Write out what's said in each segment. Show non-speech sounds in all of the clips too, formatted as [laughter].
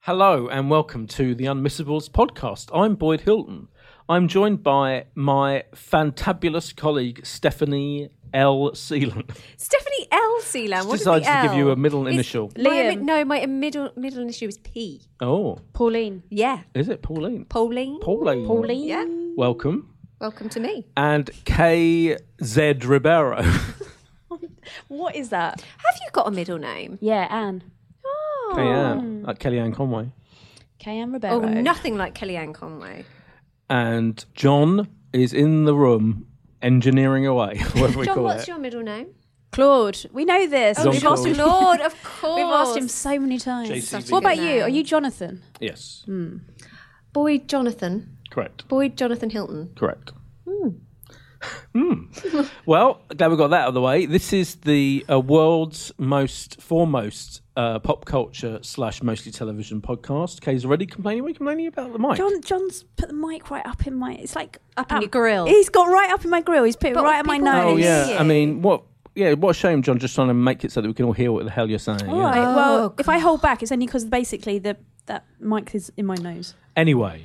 Hello and welcome to the Unmissables podcast. I'm Boyd Hilton. I'm joined by my fantabulous colleague Stephanie L. Seelan. Stephanie L. Seelan. What is the Decided to give L? you a middle It's- initial. my Liam. mi- no, my middle middle initial is P. [laughs] Oh, Pauline. Yeah, is it Pauline? Pauline. Pauline. Pauline. Yeah. Welcome. Welcome to me. And K. Z. [laughs] Ribeiro. What is that? Have you got a middle name? Yeah, Anne. Oh, Kellyanne, like Kellyanne Conway. K.M. oh Ribeiro. nothing like Kellyanne Conway. And John is in the room engineering away, [laughs] whatever we John, call what's it. your middle name? Claude. We know this. John We've asked him. Claude. Lord, [laughs] of course. [laughs] We've asked him so many times. JCB. What about Good you? name. Are you Jonathan? Yes, Hmm. Boyd Jonathan. correct. Boyd Jonathan Hilton. Correct. [laughs] Hmm. Well, glad we got that out of the way. This is the uh, world's most foremost uh, pop culture slash mostly television podcast. Kay's already complaining. What are you complaining about the mic? John, John's put the mic right up in my. It's like Up in up- your grill. He's got right up in my grill. He's put it But right at my people nose. don't oh yeah. you. I mean, what? Yeah, what a shame, John. Just trying to make it so that we can all hear what the hell you're saying. All yeah. right. well, Oh, if I hold back, it's only because basically the that mic is in my nose. Anyway,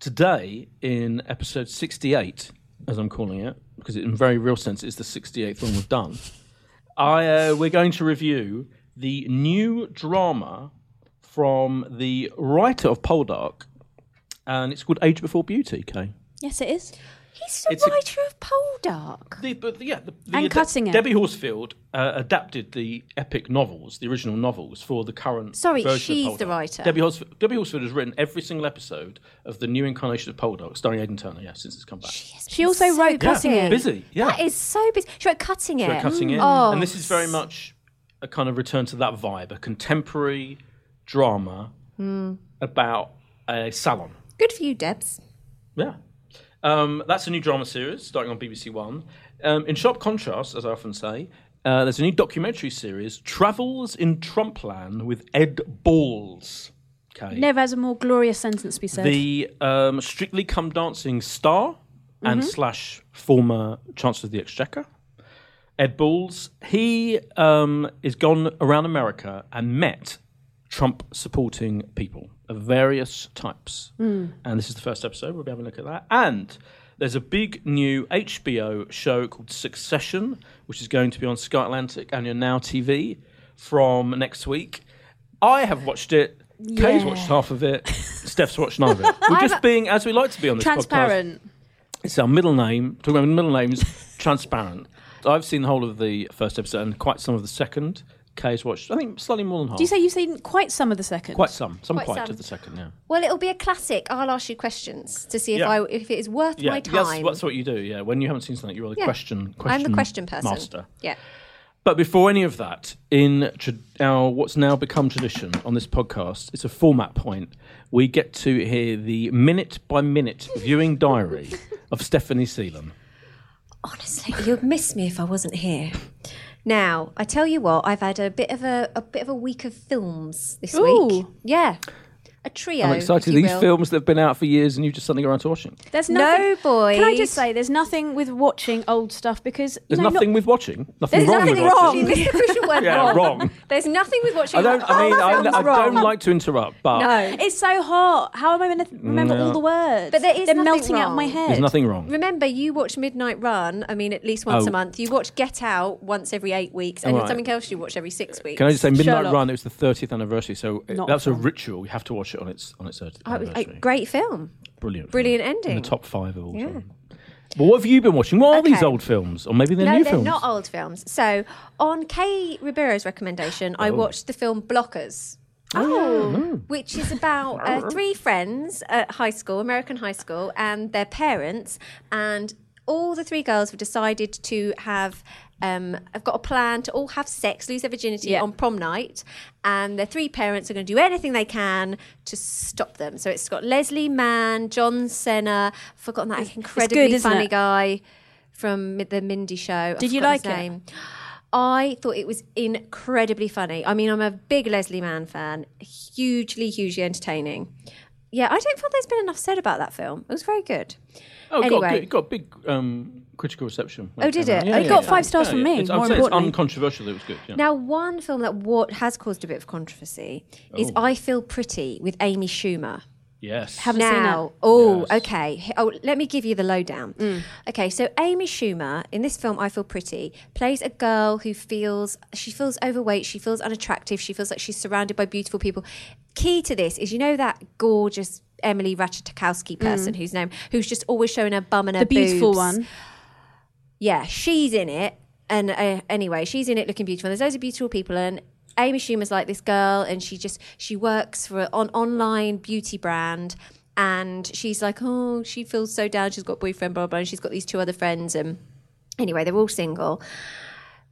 today in episode 68, as I'm calling it, because in very real sense it's the 68th one we've done, I, uh, we're going to review the new drama from the writer of Poldark, and it's called Age Before Beauty, Kay. Yes, it is. He's the It's a- writer of Poldark. The, but yeah, the, the And cutting it. Debbie Horsfield uh, adapted the epic novels, the original novels, for the current. Sorry, version of she's the Poldark. writer. Debbie Horsfield, Debbie Horsfield has written every single episode of the new incarnation of Poldark, starring Aidan Turner. Yeah, since it's come back. She also So wrote good. Cutting Yeah. It. Busy, yeah. That is so busy. She wrote Cutting It. We're cutting it, Oh, and this is very much a kind of return to that vibe, a contemporary drama about a salon. good for you, Debs. Yeah. Um, that's a new drama series starting on BBC One. Um, in sharp contrast, as I often say, uh, there's a new documentary series, Travels in Trumpland with Ed Balls. Okay. Never has a more glorious sentence to be said. The um, Strictly Come Dancing star and Mm-hmm. slash former Chancellor of the Exchequer, Ed Balls, he um, is gone around America and met Trump supporting people of various types. Mm. And this is the first episode. We'll be having a look at that. And there's a big new HBO show called Succession, which is going to be on Sky Atlantic and your Now TV from next week. I have watched it. Kay's Yeah. watched half of it. Steph's watched none of it. We're just being as we like to be on this podcast. Transparent. It's our middle name. Talking about middle names, transparent. I've seen the whole of the first episode and quite some of the second. Kay's watched, I think, slightly more than half. Do you say you've seen quite some of the second? quite some, some Quite quite, some. of the second, yeah. Well, it'll be a classic. I'll ask you questions to see if Yeah. I if it is worth Yeah, my that's, time. that's what you do. Yeah, when you haven't seen something, you're the Yeah. question, question. I'm the question person. Master. Yeah. But before any of that, in tra- our what's now become tradition on this podcast, it's a format point. We get to hear the minute by minute viewing diary of Stephanie Seelan. Honestly, you'd miss me if I wasn't here. Now, I tell you what, I've had a bit of a, a bit of a week of films this week. Ooh. Yeah. A trio. I'm if excited. you These will. films that have been out for years and you've just suddenly got around to watching. There's No, nothing, boys. Can I just say, there's nothing with watching old stuff because you There's know, nothing not- with watching. Nothing There's wrong nothing with watching. wrong. See, this is the crucial [laughs] word. Yeah, wrong. There's nothing with watching. I don't. I mean, I, I don't like to interrupt, but No. It's so hot. How am I going to remember No. all the words? But there is They're nothing melting out of my wrong. head. there's nothing wrong. Remember, you watch Midnight Run. I mean, at least once Oh. a month. You watch Get Out once every eight weeks, and Alright. something else you watch every six weeks. Can I just say, Midnight Sherlock. Run? It was the 30th anniversary, so it, Not that's a fun. ritual. You have to watch it on its on its 30th Oh, it was a anniversary. great film. brilliant, brilliant film. In ending. the top five of all time. Well, what have you been watching? What are these Okay. old films, or maybe they're No, new they're films? not old films. So, on Kay Ribeiro's recommendation, I watched the film Blockers. Oh, which is about uh, three friends at high school, American high school, and their parents, and all the three girls have decided to have. Um, have got a plan to all have sex, lose their virginity Yeah. on prom night, and their three parents are going to do anything they can to stop them. So it's got Leslie Mann, John Senna, forgotten that incredibly isn't funny it? guy from Mi- the Mindy show. I've Did you forgotten his like it? name. I thought it was incredibly funny. I mean, I'm a big Leslie Mann fan, hugely, hugely entertaining. yeah, I don't feel there's been enough said about that film. It was very good. Oh, it got, Anyway. good- it got big um, critical reception. when Oh, did came out. it? It got five stars from me, It's, I'd more say it's importantly. uncontroversial. That it was good. Yeah. Now, one film that wa- has caused a bit of controversy is Oh. I Feel Pretty with Amy Schumer. yes. Haven't seen now, oh, Yes. okay. H- Oh, let me give you the lowdown. Mm. Okay, so Amy Schumer in this film, I Feel Pretty, plays a girl who feels she feels overweight, she feels unattractive, she feels like she's surrounded by beautiful people. Key to this is you know that gorgeous Emily Ratajkowski person whose name who's just always showing her bum and her Mm. The beautiful boobs. one. yeah, she's in it. And uh, anyway, she's in it looking beautiful. There's loads of beautiful people, and Amy Schumer's like this girl, and she just she works for an online beauty brand, and she's like, oh, she feels so down. She's got a boyfriend, blah blah, and she's got these two other friends, and anyway, they're all single.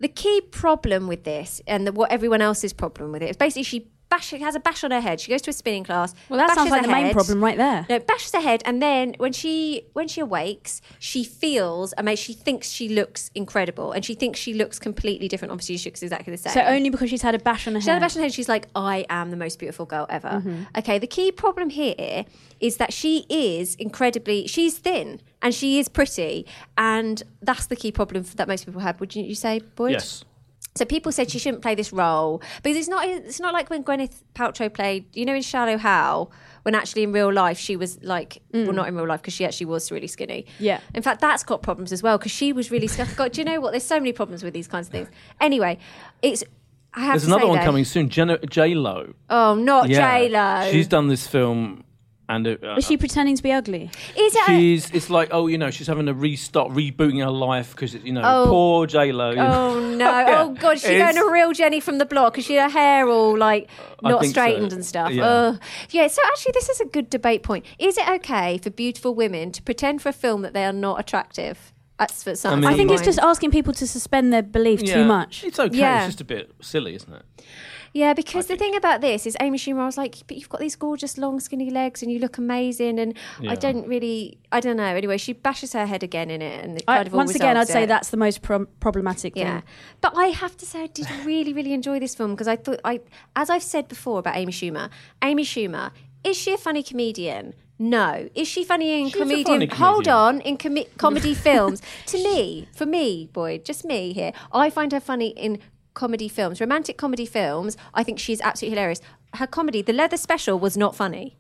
The key problem with this, and the, what everyone else's problem with it, is basically she bash, she has a bash on her head. She goes to a spinning class. Well, that bashes sounds like her the main head. problem right there. No, bashes her head, and then when she when she awakes, she feels I mean, she thinks she looks incredible, and she thinks she looks completely different. Obviously, she looks exactly the same. So only because she's had a bash on her She had a head. bash on her head. She's like, I am the most beautiful girl ever. Mm-hmm. Okay, the key problem here is that she is incredibly, she's thin and she is pretty. And that's the key problem that most people have. Would you, you say, Boyd? Yes. So people said she shouldn't play this role because it's not it's not like when Gwyneth Paltrow played you know in Shallow How when actually in real life she was like well not in real life because she actually was really skinny Yeah. in fact that's got problems as well because she was really skinny God do you know what there's so many problems with these kinds of things anyway it's I have There's to another say one though- coming soon. J Lo. oh not J Lo She's done this film, and it, uh, Is she pretending to be ugly? is it a- she's it's like oh you know she's having a restart, rebooting her life because you know Oh. poor J Lo. you know. Oh no! [laughs] Yeah. Oh god, she's It's- going a real Jenny from the block because she had her hair all like I not think so. straightened and stuff. Yeah. Ugh. yeah. So actually, this is a good debate point. Is it okay for beautiful women to pretend for a film that they are not attractive? That's for some. mean- I think it's point. just asking people to suspend their belief too much. It's okay. Yeah. It's just a bit silly, isn't it? yeah. Because the thing about this is Amy Schumer. I was like, but you've got these gorgeous long skinny legs and you look amazing. And Yeah. I don't really, I don't know. Anyway, she bashes her head again in it, and it I- kind of all once again, I'd resolves say it. that's the most prob- problematic Yeah, thing. but I have to say I did really, really enjoy this film because I thought I, as I've said before about Amy Schumer, Amy Schumer is she a funny comedian? No. Is she funny in She's a comedian? funny Hold comedian. on, in comi- comedy films. To me, for me, boy, just me here, I find her funny in comedy films, romantic comedy films. I think she's absolutely hilarious. Her comedy, The Leather Special, was not funny.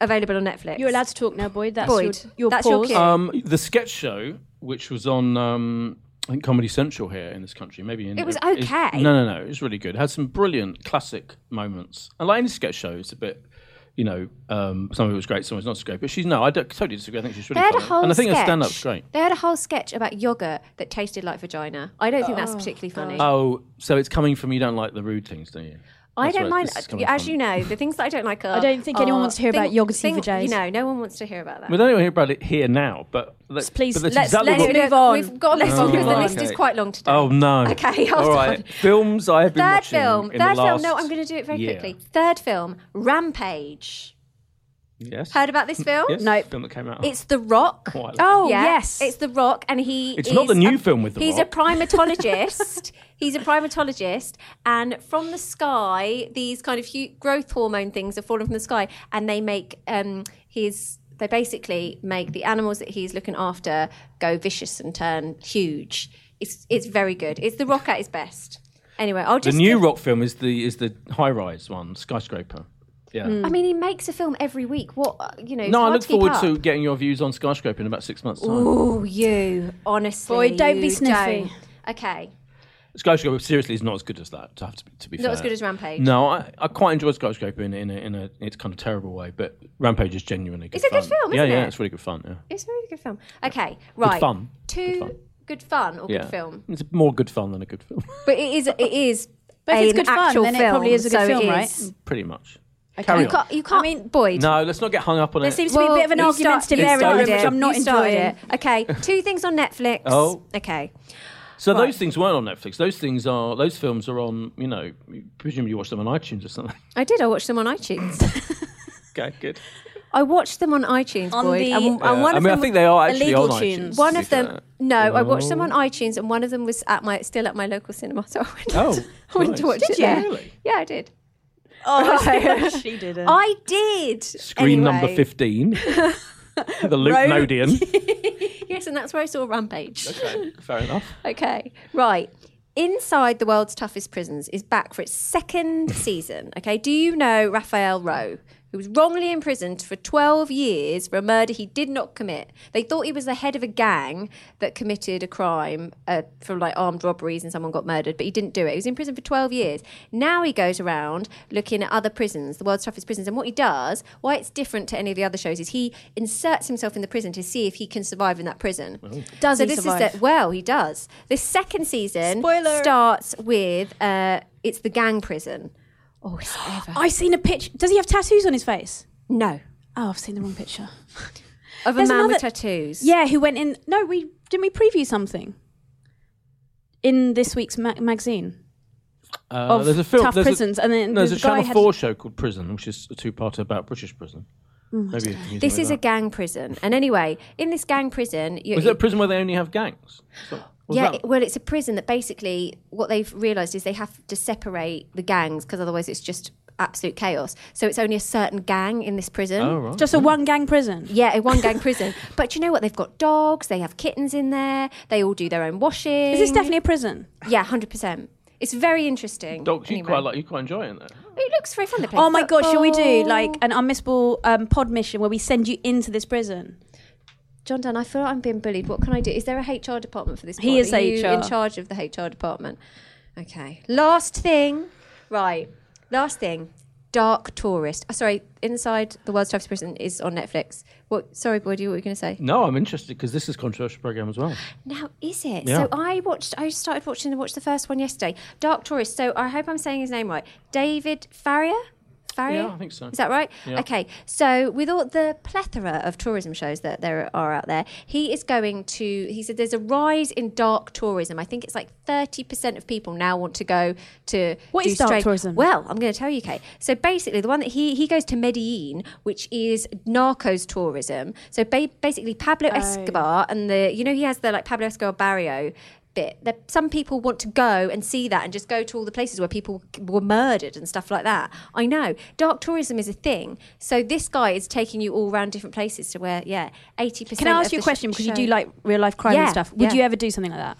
Available on Netflix. You're allowed to talk now, Boyd. That's Boyd, your, your that's your pause. cue. Um, the sketch show, which was on um, I think Comedy Central here in this country, maybe in It was it's- okay. No, no, no, it was really good. It had some brilliant classic moments. And like any sketch show, it's a bit. You know, um, some of it was great, some of it was not so great. But she's no, I don't, totally disagree. I think she's really They had a funny. whole and I think her sketch. stand-up's great. They had a whole sketch about yogurt that tasted like vagina. I don't think that's particularly funny. Oh, so it's coming from you don't like the rude things, do you? I That's don't where mind. uh, this is coming As from. you know, the things that I don't like are. I don't think anyone are wants to hear about yogurty vaginas. You know, no one wants to hear about that. We don't even hear about it here now, but let's, please, but that's let's- exactly let's what- [laughs] do move on. We've got to Let's move on move because the on. list is Okay. quite long today. Oh no! Okay, hold all right. on. Films I have been Third watching film. in Third the last film. No, I'm going to do it very year. quickly. Third film. Rampage. Yes. Heard about this film? Yes, No. Film that came out. It's The Rock. Oh, I like Oh, Yeah, yes. It's The Rock, and he. It's not is the new a- film with The He's Rock. [laughs] a primatologist. he's a primatologist, and from the sky, these kind of hu growth hormone things are falling from the sky, and they make um, his. They basically make the animals that he's looking after go vicious and turn huge. It's it's very good. It's The Rock at his best. Anyway, I'll the just new give- rock film is the is the high rise one, skyscraper. Yeah. I mean, he makes a film every week. What uh, you know? Mm. it's No, I hard look keep forward up. to getting your views on skyscraper in about six months' time. Ooh, you honestly. Boy, don't be you sniffy. don't. Okay. Skyscraper seriously is not as good as that. To have to be, to be Not fair. as good as Rampage. No, I, I quite enjoy skyscraper in a, in a, in a it's kind of terrible way, but Rampage is genuinely good. It's a good fun. film, yeah, isn't yeah, it? it's really good fun. Yeah. It's a really good film. Okay, right. fun. Two Good good fun. fun, or yeah. good film. It's more good fun than a good film. [laughs] But it is. It is. But an if it's good fun, actual then it film, probably is a good so it film, is. right? Pretty much. Carry You on. can't. You can't. I mean, [laughs] Boyd. No, let's not get hung up on There it. seems to be a bit of an you start- argumentative you area, started which it. I'm not You started enjoying. it. Okay, two things on Netflix. Oh. Okay. so those things weren't on Netflix. Those things are those films are on. You know, presumably you watch them on iTunes or something. [laughs] I did. I watched them on [laughs] iTunes. okay, good. I watched them on iTunes, On Boyd. the- and, and Yeah, one I of mean, I them, think Oh. they are actually illegal on tunes. iTunes. one of to be [laughs] them. fair. No, I watched them on iTunes, and one of them was at my still at my local cinema, [laughs] so I went. Oh, I went nice. to watch Did it you there. really? Yeah, I did. [laughs] [laughs] Oh, she didn't. I did. Screen number Anyway. 15. [laughs] the Luke Right. Nodian. Yes, and that's where I saw [laughs] Rampage. Okay, fair enough. Okay, right. Inside the World's Toughest Prisons is back for its second season. Okay, do you know Raphael Rowe, who was wrongly imprisoned for 12 years for a murder he did not commit? They thought he was the head of a gang that committed a crime uh, from like armed robberies and someone got murdered, but he didn't do it. He was in prison for 12 years. Now he goes around looking at other prisons, the World's Toughest Prisons, and what he does, why it's different to any of the other shows, is he inserts himself in the prison to see if he can survive in that prison. Does so he this survive? is the, well, he does. This second season Spoiler. starts with uh, it's the gang prison. Oh, [gasps] is it ever? I've seen a picture. Does he have tattoos on his face? no, Oh, I've seen the wrong picture. of a There's man with another- tattoos. Yeah, who went in? No, we didn't we preview something in this week's ma- magazine Uh, of there's a film. tough there's prisons, and A, then no, there's a the guy Channel had- 4 show called Prison, which is a two-parter about British prison. Maybe you can use Mm. This it is a like gang prison, and anyway, in this gang prison, you, that. Is it a prison where they only have gangs? So- was yeah, that- it- well, it's a prison that basically what they've realised is they have to separate the gangs because otherwise it's just absolute chaos. So it's only a certain gang in this prison. Oh, right. just a one gang prison. Yeah, a one gang prison. [laughs] But you know what? They've got dogs. They have kittens in there. They all do their own washing. Is this definitely a prison? Yeah, hundred percent. It's very interesting. Dogs, you Anyway. quite like, you quite enjoy it there. It looks very fun. They play Oh my god, should we do football. like an unmissable um, pod mission where we send you into this prison? John Dan? I feel like I'm being bullied. What can I do? Is there a HR department for this? He pod? is Are you HR. in charge of the HR department. Okay. Last thing. Right. Last thing. Dark Tourist. Oh, sorry. Inside the World's Toughest Prison is on Netflix. What? Sorry, boy. Do you what were you going to say? No, I'm interested because this is a controversial program as well. Now is it? Yeah. So I watched. I started watching and watched the first one yesterday. Dark Tourist. So I hope I'm saying his name right. David Farrier. Farrier. Yeah, I think so. Is that right? Yeah. Okay. So with all the plethora of tourism shows that there are out there, he is going to. He said there's a rise in dark tourism. I think it's like 30% of people now want to go to. What do is dark stray- tourism? Well, I'm going to tell you, Kate. So basically, the one that he he goes to Medellin, which is narcos tourism. So ba- basically, Pablo Oh. Escobar and the you know he has the like Pablo Escobar barrio bit. That some people want to go and see that and just go to all the places where people were murdered and stuff like that. I know dark tourism is a thing. So this guy is taking you all around different places to where yeah, eighty percent. Can I ask you a question because you do like real life crime and Yeah, stuff? yeah. Would you ever do something like that?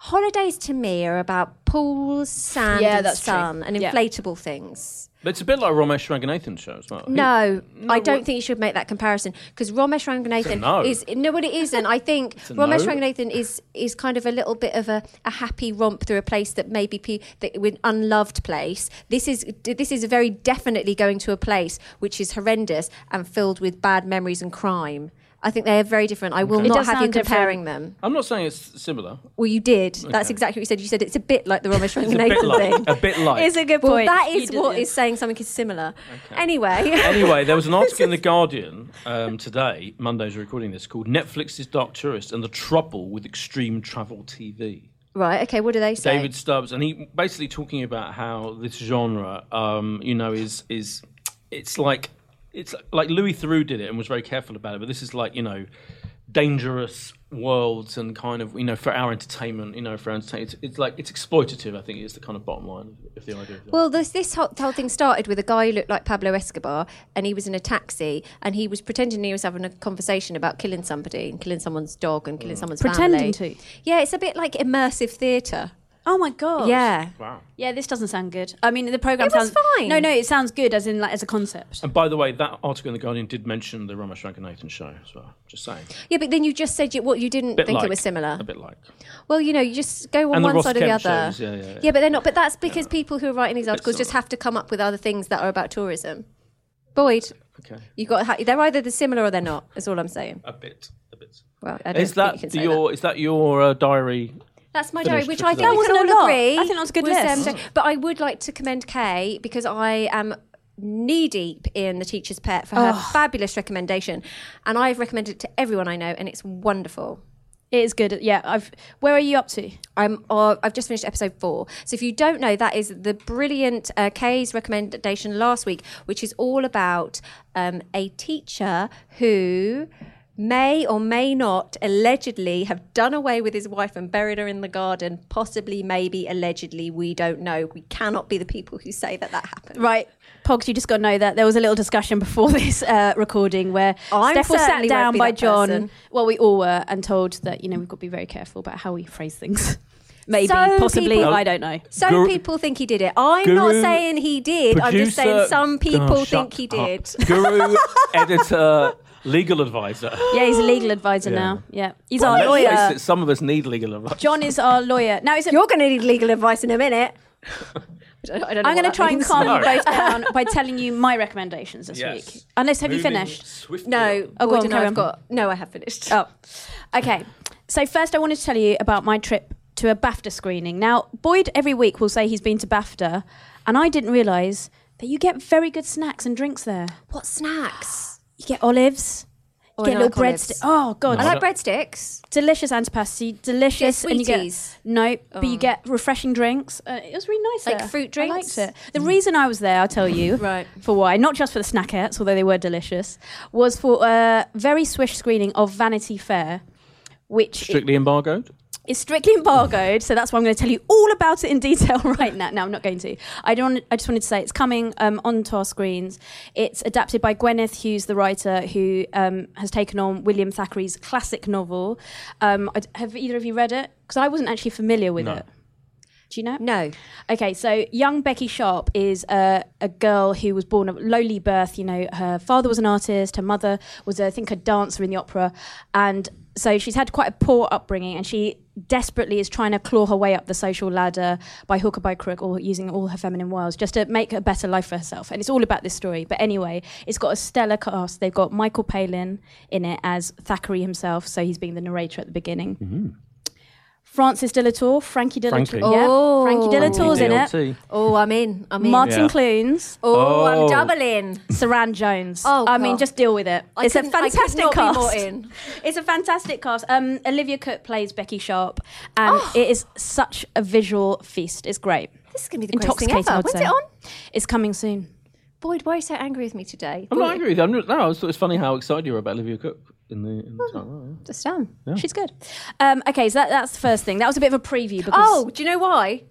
holidays to me are about pools, sand, Yeah, and that's true. sun, and Yeah. inflatable things. But it's a bit like Ramesh Ranganathan's show as well. He- No, I don't what- think you should make that comparison because Ramesh Ranganathan no. is no, but it isn't. [laughs] I think a Ramesh no. Ranganathan is is kind of a little bit of a, a happy romp through a place that maybe pe- that with unloved place. This is this is very definitely going to a place which is horrendous and filled with bad memories and crime. I think they are very different. I will Okay. It not does have you sound different. comparing them. I'm not saying it's similar. Well, you did. That's Okay. exactly what you said. You said it's a bit like the It's Ramesh a bit Ranganathan like. thing. A bit like. It's a good Well, point. that You is did- what yeah. is saying something is similar. [laughs] Anyway. anyway, there was [laughs] an article in The Guardian um, today, Monday's recording this, called Netflix's Dark Tourist and the Trouble with Extreme Travel TV. Right. Okay. What do they say? David Stubbs, and he basically talking about how this genre, um, you know, is is it's like it's like Louis Theroux did it and was very careful about it, but this is like you know dangerous worlds and kind of you know for our entertainment, you know, for our entertainment, it's, it's like it's exploitative. I think is the kind of bottom line of the idea. Of it. Well, this this whole, whole thing started with a guy who looked like Pablo Escobar, and he was in a taxi, and he was pretending he was having a conversation about killing somebody and killing someone's dog and Mm. killing someone's Pretending family. to? Yeah, it's a bit like immersive theatre. Oh my god. Yeah. wow. Yeah, this doesn't sound good. I mean, the program It was sounds fine. No, no, it sounds good as in like as a concept. And by the way, that article in the Guardian did mention the Ramesh Ranganathan show as well. Just saying, Yeah, but then you just said you, what you didn't Bit think like. it was similar. a bit like. Well, you know, you just go on And the one Ross side or the Kemp other. shows, yeah, yeah, yeah. but they're not. But that's because people who are writing these articles just similar. have to come up with other things that are about tourism. Boyd, Okay, you got ha- they're either the similar or they're not. Is all I'm saying. a bit, a bit. Well, I don't Is think you that can say that. your is that your uh, diary That's my diary, Finished which for I think today. we That can wasn't a all lot. agree. I think that was a good list. um, but I would like to commend Kay because I am knee deep in the teacher's pet for her fabulous recommendation, and I've recommended it to everyone I know, and it's wonderful. It is good. Yeah, I've. Where are you up to? I'm, uh, I've just finished episode four. So if you don't know, that is the brilliant uh, Kay's recommendation last week, which is all about um, a teacher who may or may not allegedly have done away with his wife and buried her in the garden. Possibly, maybe, allegedly, we don't know. We cannot be the people who say that that happened. Right, Pogs, you just got to know that there was a little discussion before [laughs] this uh, recording where I'm Steph was sat certainly won't down be by that John. person. Well, we all were, and told that you know we've got to be very careful about how we phrase things. [laughs] Maybe, So possibly, people- I don't know. Some Guru- people think he did it. I'm Guru- not saying he did. I'm just saying Producer- some people Oh, shut think he up. [laughs] did. [laughs] Guru, editor, legal advisor. Yeah, he's a legal advisor Yeah. now. Yeah, he's And our let's face lawyer. it, some of us need legal advice. John is our lawyer. Now, is it? You're going to need legal advice in a minute. [laughs] I don't, I don't know I'm going what that to try and means. [laughs] calm No. you both down by telling you my recommendations this Yes. week. Unless, have you Moving finished? swiftly No, on. Oh, go Boyd on, and carry I've on. got. No, I have finished. Oh, okay. So first, I wanted to tell you about my trip to a BAFTA screening. Now, Boyd every week will say he's been to BAFTA, and I didn't realise that you get very good snacks and drinks there. What snacks? You get olives, you Oh, I get know little I like breadsticks. olives. Oh god, I like breadsticks. delicious antipasti, delicious, Get and you sweeties. Oh. get no, but you get refreshing drinks. Uh, it was really nice, Like there. fruit I drinks? liked it. The reason I was there, I'll tell you, [laughs] Right. for why, not just for the snackettes, although they were delicious, was for a very swish screening of Vanity Fair. Which Strictly embargoed. it's strictly embargoed, so that's why I'm going to tell you all about it in detail [laughs] right now. No, I'm not going to. I don't. I just wanted to say it's coming um, onto our screens. It's adapted by Gwyneth Hughes, the writer who um, has taken on William Thackeray's classic novel. Um, I d have either of you read it? Because I wasn't actually familiar with No. it. Do you know? No. Okay, so young Becky Sharp is a, a girl who was born of lowly birth. You know, her father was an artist, her mother was, I think, a dancer in the opera. And so she's had quite a poor upbringing and she desperately is trying to claw her way up the social ladder by hook or by crook or using all her feminine wiles just to make a better life for herself. And it's all about this story. But anyway, it's got a stellar cast. They've got Michael Palin in it as Thackeray himself, so he's being the narrator at the beginning. Francis Delator, Frankie Delator. Frankie. Yeah, Oh. Frankie Delator's in it. DLT. Oh, I'm in. I'm in. Martin Yeah. Clunes, Oh, Oh. I'm doubling. Saran Jones. Oh, I mean, God. just deal with it. I it's a couldn't- I could fantastic not be cast. more in. It's a fantastic cast. Um, Olivia Cook plays Becky Sharp, and Oh. it is such a visual feast. It's great. This is going to be the greatest thing Intoxicating. ever. I'd When's say. it on? It's coming soon. Boyd, why are you so angry with me today? I'm not angry. with you. I'm just, no, I was- it's funny how excited you were about Olivia Cook in the. In Hmm. the time. Just down. She's good. Um, okay, so that, that's the first thing. That was a bit of a preview. Because Oh, do you know why?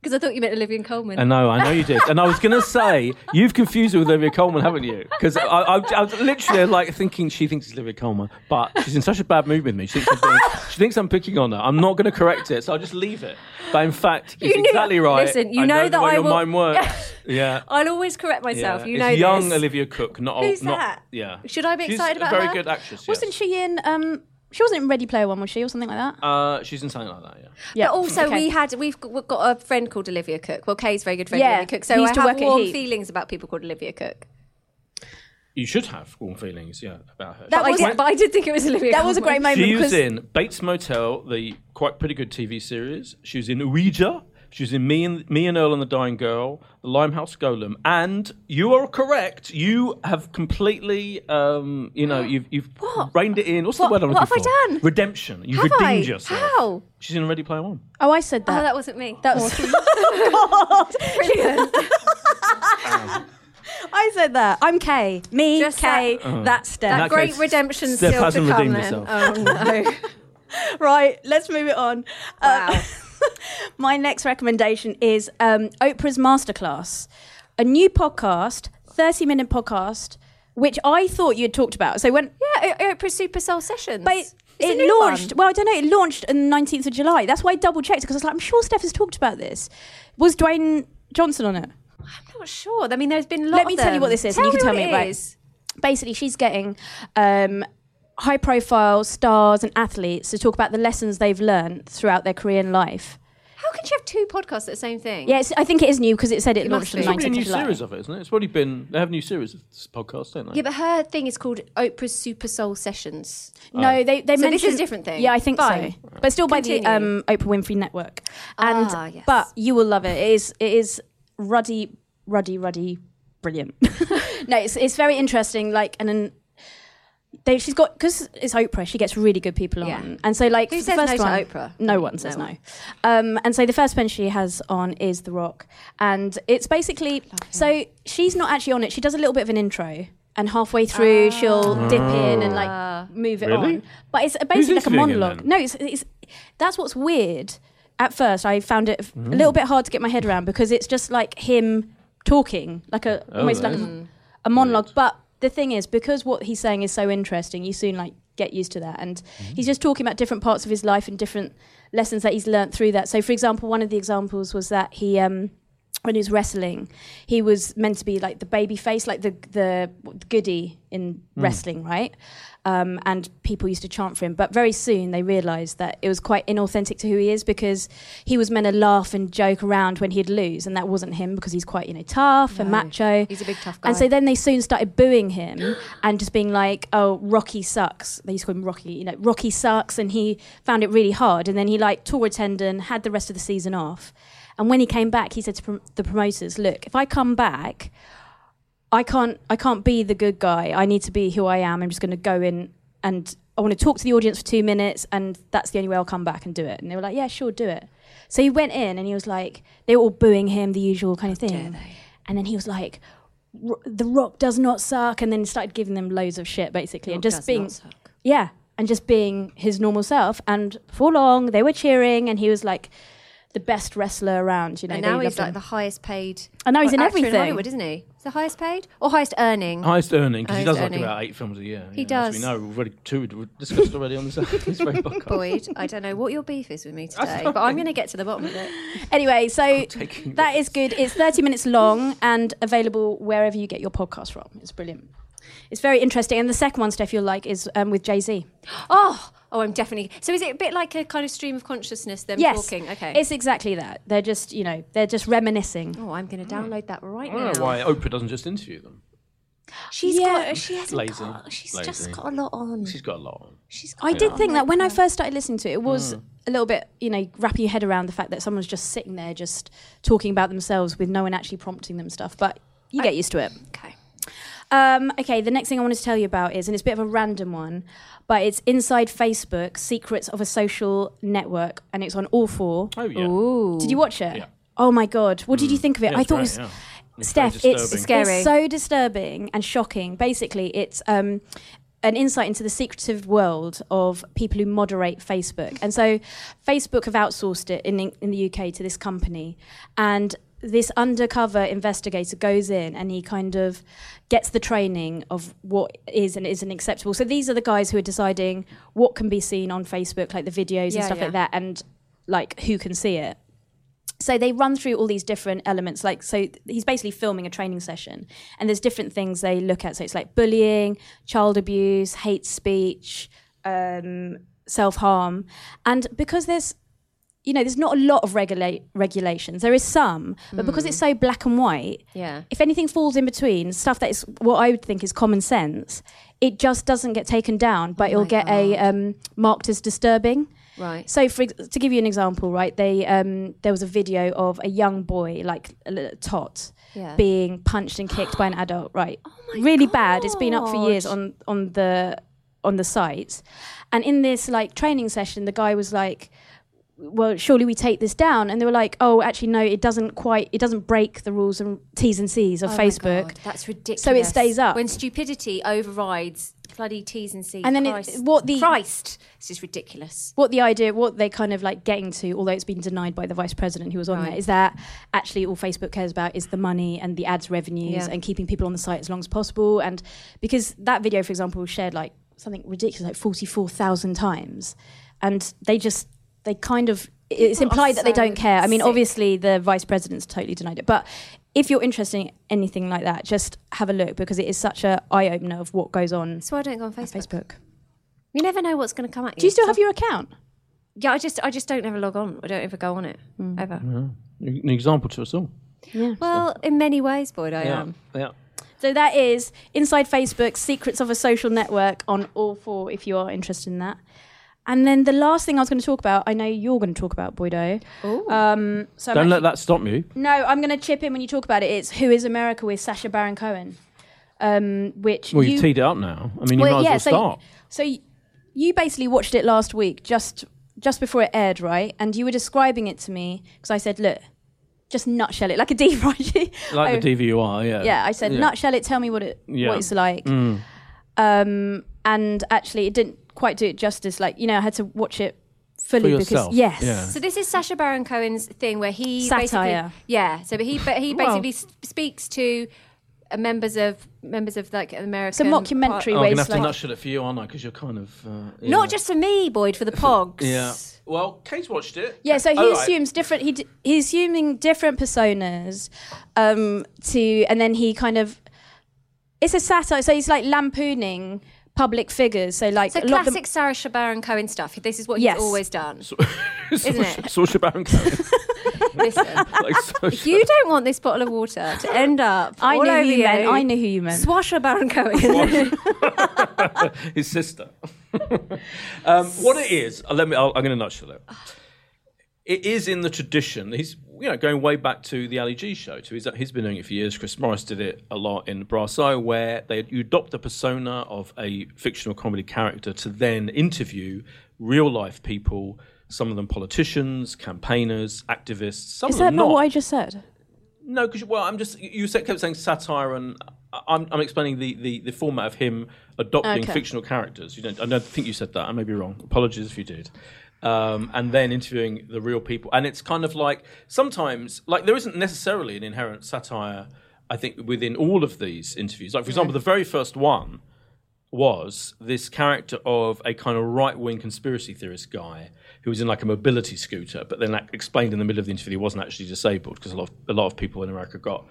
Because I thought you meant Olivia Coleman. I know, I know you did. And I was going to say, you've confused her with Olivia Coleman, haven't you? Because I, I, I was literally like thinking she thinks it's Olivia Coleman, but she's in such a bad mood with me. She thinks I'm, being, she thinks I'm picking on her. I'm not going to correct it, so I'll just leave it. But in fact, it's You knew- exactly right. Listen, you I know the that way I your will- mind [laughs] works. Yeah. I'll always correct myself. yeah. You it's know young this. Olivia Cook, not old. Who's not, that? Yeah. Should I be She's excited a about very her? good actress. yes. wasn't she in? Um, she wasn't in Ready Player One, was she, or something like that? Uh, she's in something like that, yeah. yeah. But also, Okay. we had we've got, we've got a friend called Olivia Cook. Well, Kay's a very good friend, Yeah, Olivia Cook. So he used I to have work at warm Heat. feelings about people called Olivia Cook. You should have warm feelings, yeah, about her. But I, was- did, but I did think it was Olivia. That was a Colman. great moment she because was in Bates Motel, the quite pretty good TV series. She was in Ouija. She was in Me and Me and Earl and the Dying Girl, The Limehouse Golem, and you are correct. You have completely, um, you know, you've you've reined it in. What's What- the word I'm what looking have I for? done? Redemption. You Have redeemed I? yourself. How? She's in Ready Player One. oh, I said Oh, that. that wasn't me. that was. [laughs] Oh, [laughs] brilliant. I said that. I'm Kay. Me, Just Kay. That's Steph. Uh-huh. that great case, redemption Steph still hasn't to come. redeemed Then. Oh no! right, let's move it on. Uh, [laughs] Wow. my next recommendation is um, Oprah's Masterclass, a new podcast, 30 minute podcast, which I thought you'd talked about. So when yeah, O- Oprah Super Soul Sessions. but It's it, a it new launched. one. Well, I don't know. It launched on the 19th of July. That's why I double checked because I was like, I'm sure Steph has talked about this. Was Dwayne Johnson on it? I'm not sure. I mean, there's been. A lot Let of me tell you them. what this is, and you can tell what me, it right. is. basically she's getting um, high profile stars and athletes to talk about the lessons they've learned throughout their career and life. How can you have two podcasts at the same thing? Yeah, it's, I think it is new because it said it, launched must be. on the It's probably a 19th of new July. series of it, isn't it? It's probably been. They have new series of this podcast, don't they? Yeah, but her thing is called Oprah's Super Soul Sessions. No, they they So this is a mentioned- different thing? Yeah, I think Fine. so, but still by the Continue. um, Oprah Winfrey Network. And Ah, yes. but you will love it. It is it is ruddy, ruddy, ruddy, brilliant. [laughs] no, it's it's very interesting. Like and. and they, she's got because it's Oprah. She gets really good people on, Yeah. and so like Who the says first no to one- Oprah? No one says No no. Um, and so the first one she has on is The Rock, and it's basically so Uh, she's not actually on it. She does a little bit of an intro, and halfway through she'll dip in and like move it Really? on. But it's basically like a interviewing him monologue. then? No, it's, it's that's what's weird. At first, I found it f- a Mm. little bit hard to get my head around because it's just like him talking, like a Oh, almost like that's mm, a, a monologue. But the thing is, because what he's saying is so interesting, you soon like get used to that. And he's just talking about different parts of his life and different lessons that he's learnt through that. So, for example, one of the examples was that he. Um, when he was wrestling, he was meant to be like the baby face, like the the goody in wrestling, right? Um, and people used to chant for him, but very soon they realised that it was quite inauthentic to who he is because he was meant to laugh and joke around when he'd lose, and that wasn't him because he's quite you know tough and No. macho. He's a big tough guy. And so then they soon started booing him and just being like, "Oh, Rocky sucks." They used to call him Rocky, you know, Rocky sucks, and he found it really hard. And then he like tore a tendon, had the rest of the season off, and when he came back, he said to prom- the promoters, "Look, if I come back, I can't, I can't be the good guy. I need to be who I am. I'm just going to go in and." I want to talk to the audience for two minutes, and that's the only way I'll come back and do it. And they were like, "Yeah, sure, do it." So he went in, and he was like, they were all booing him, the usual kind of thing. And then he was like, R- the rock does not suck and then started giving them loads of shit basically and just being yeah and just being his normal self and before long they were cheering and he was like the best wrestler around you know And they now he's loved like him. the highest paid. And now he's in actor everything. Hollywood, isn't he? He's the highest paid or highest earning. Highest earning because he Highest does like earning. about eight films a year. He yeah, as does. We know we've already two we've discussed already on this, [laughs] this [laughs] very podcast. Boyd, I don't know what your beef is [laughs] with me today, but I'm going to get to the bottom of it. anyway so taking that risks. is good it's 30 minutes long and available wherever you get your podcast from it's brilliant it's very interesting and the second one steph you'll like is um, with jay-z Oh, oh, I'm definitely. So is it a bit like a kind of stream of consciousness? Them yes talking. Okay. it's exactly that they're just you know they're just reminiscing oh, I'm going to download that right I don't now. know why Oprah doesn't just interview them. She's Yeah. got. She hasn't Lazy. got. She's Lazy. just got a lot on. She's got a lot on. She's. Got I a did lot think on that when I her. first started listening to it, it Hmm. was a little bit, you know, wrapping your head around the fact that someone's just sitting there, just talking about themselves with no one actually prompting them stuff. But you get used to it. Okay. Um, okay, the next thing I wanted to tell you about is, and it's a bit of a random one, but it's inside Facebook, secrets of a social network, and it's on all four. Oh yeah. Ooh. Did you watch it? Yeah. Hmm. Oh my god, what did you think of it? Yeah, I it's thought great, it was yeah. It's very Steph, it's, disturbing. Scary. it's so disturbing and shocking. Basically, it's um, an insight into the secretive world of people who moderate Facebook. And so, Facebook have outsourced it in, in the UK to this company. And this undercover investigator goes in and he kind of gets the training of what is and isn't acceptable. So, these are the guys who are deciding what can be seen on Facebook, like the videos and Yeah, stuff yeah. like that, and like who can see it so they run through all these different elements like so he's basically filming a training session and there's different things they look at so it's like bullying child abuse hate speech um, self-harm and because there's you know there's not a lot of regulate regulations there is some but because it's so black and white Yeah. if anything falls in between stuff that is what i would think is common sense it just doesn't get taken down but it'll my get a um, marked as disturbing Right. so, for ex- to give you an example, right? They um, there was a video of a young boy, like a little tot, Yeah. Oh being punched and [gasps] kicked by an adult, right? really bad. It's been up for years God. on on the on the site, and in this like training session, the guy was like. Well, surely we take this down, and they were like, "Oh, actually, no, it doesn't quite. It doesn't break the rules and T's and C's of Oh my Facebook." God, that's ridiculous. stays up. When stupidity overrides bloody T's and C's. And then it- Christ. what the- Christ. This is ridiculous. what the idea, what they kind of like getting to, although it's been denied by the vice president who was on Right. there, is that actually all Facebook cares about is the money and the ads revenues Yeah. and keeping people on the site as long as possible. And because that video, for example, was shared like something ridiculous, like 44,000 times. And they just, they kind of, it's People are implied that they so don't care. I mean, sick. obviously, the vice president's totally denied it. But if you're interested in anything like that, just have a look because it is such a eye opener of what goes on That's why I don't go on Facebook. Facebook. You never know what's going to come at you. Do you still So- have your account? Yeah, I just I just don't ever log on. I don't ever go on it ever. An example to us all. Hmm. Well, in many ways, Boyd, I Yeah. am. Yeah. So that is Inside Facebook, Secrets of a Social Network on all four if you are interested in that. And then the last thing I was going to talk about, I know you're going to talk about Boydo. Um, so I'm Don't let actually- that stop you. No, I'm going to chip in when you talk about it. It's Who is America with Sasha Baron Cohen, um, which Well, you, you teed it up now. I mean, you Well, might yeah, as so- well start. so y- you basically watched it last week, just just before it aired, right? And you were describing it to me because I said, "Look, just nutshell it like a [laughs] DVR." like the DVUR, yeah. Oh. Oh, yeah, I said, Yeah. Mm. nutshell it. Tell me what it Yeah. what it's like. Um, and actually it didn't quite do it justice. Like you know, I had to watch it fully yourself, because yes, yeah. So this is Sacha Baron Cohen's thing where he Satire. basically yeah. So but he but he Well- basically s speaks to uh, members of members of like American. a mockumentary part- Oh, I'm gonna have Waste to like- nutshell it for you, aren't I? Because you're kind of uh, yeah. Not just for me, Boyd, for the pogs. yeah. Well, Kate's watched it. Yeah, so he All [laughs] right. assumes different. He d- he's assuming different personas, um, to and then he kind of it's a satire. So he's like lampooning public figures. So like So a lot of them- classic Sarah Sacha Baron Cohen stuff. This is what Yes. he's always [laughs] done. Saoirse- it? Saoirse Baron Cohen. Listen, [laughs] like, [laughs] Saoirse- you don't want this bottle of water to end up. I all knew over who you you. meant. I knew who you meant. Swasher Baron Cohen. [laughs] his sister. um, what it is, uh, let me. I'll, I'm going to nutshell it. It is in the tradition. He's you know going way back to the Ali G show. To he's he's been doing it for years. Chris Morris did it a lot in Brass Eye, where they you adopt the persona of a fictional comedy character to then interview real life people. Some of them politicians, campaigners, activists. Some Is of that them not not. what I just said? No, because well, I'm just you said, kept saying satire, and I- I'm, I'm explaining the, the, the format of him adopting Okay. fictional characters. You don't, I don't think you said that. I may be wrong. Apologies if you did. Um, and then interviewing the real people, and it's kind of like sometimes like there isn't necessarily an inherent satire. I think within all of these interviews, like for example, the very first one was this character of a kind of right wing conspiracy theorist guy who was in like a mobility scooter, but then like explained in the middle of the interview that he wasn't actually disabled because a lot of, a lot of people in America got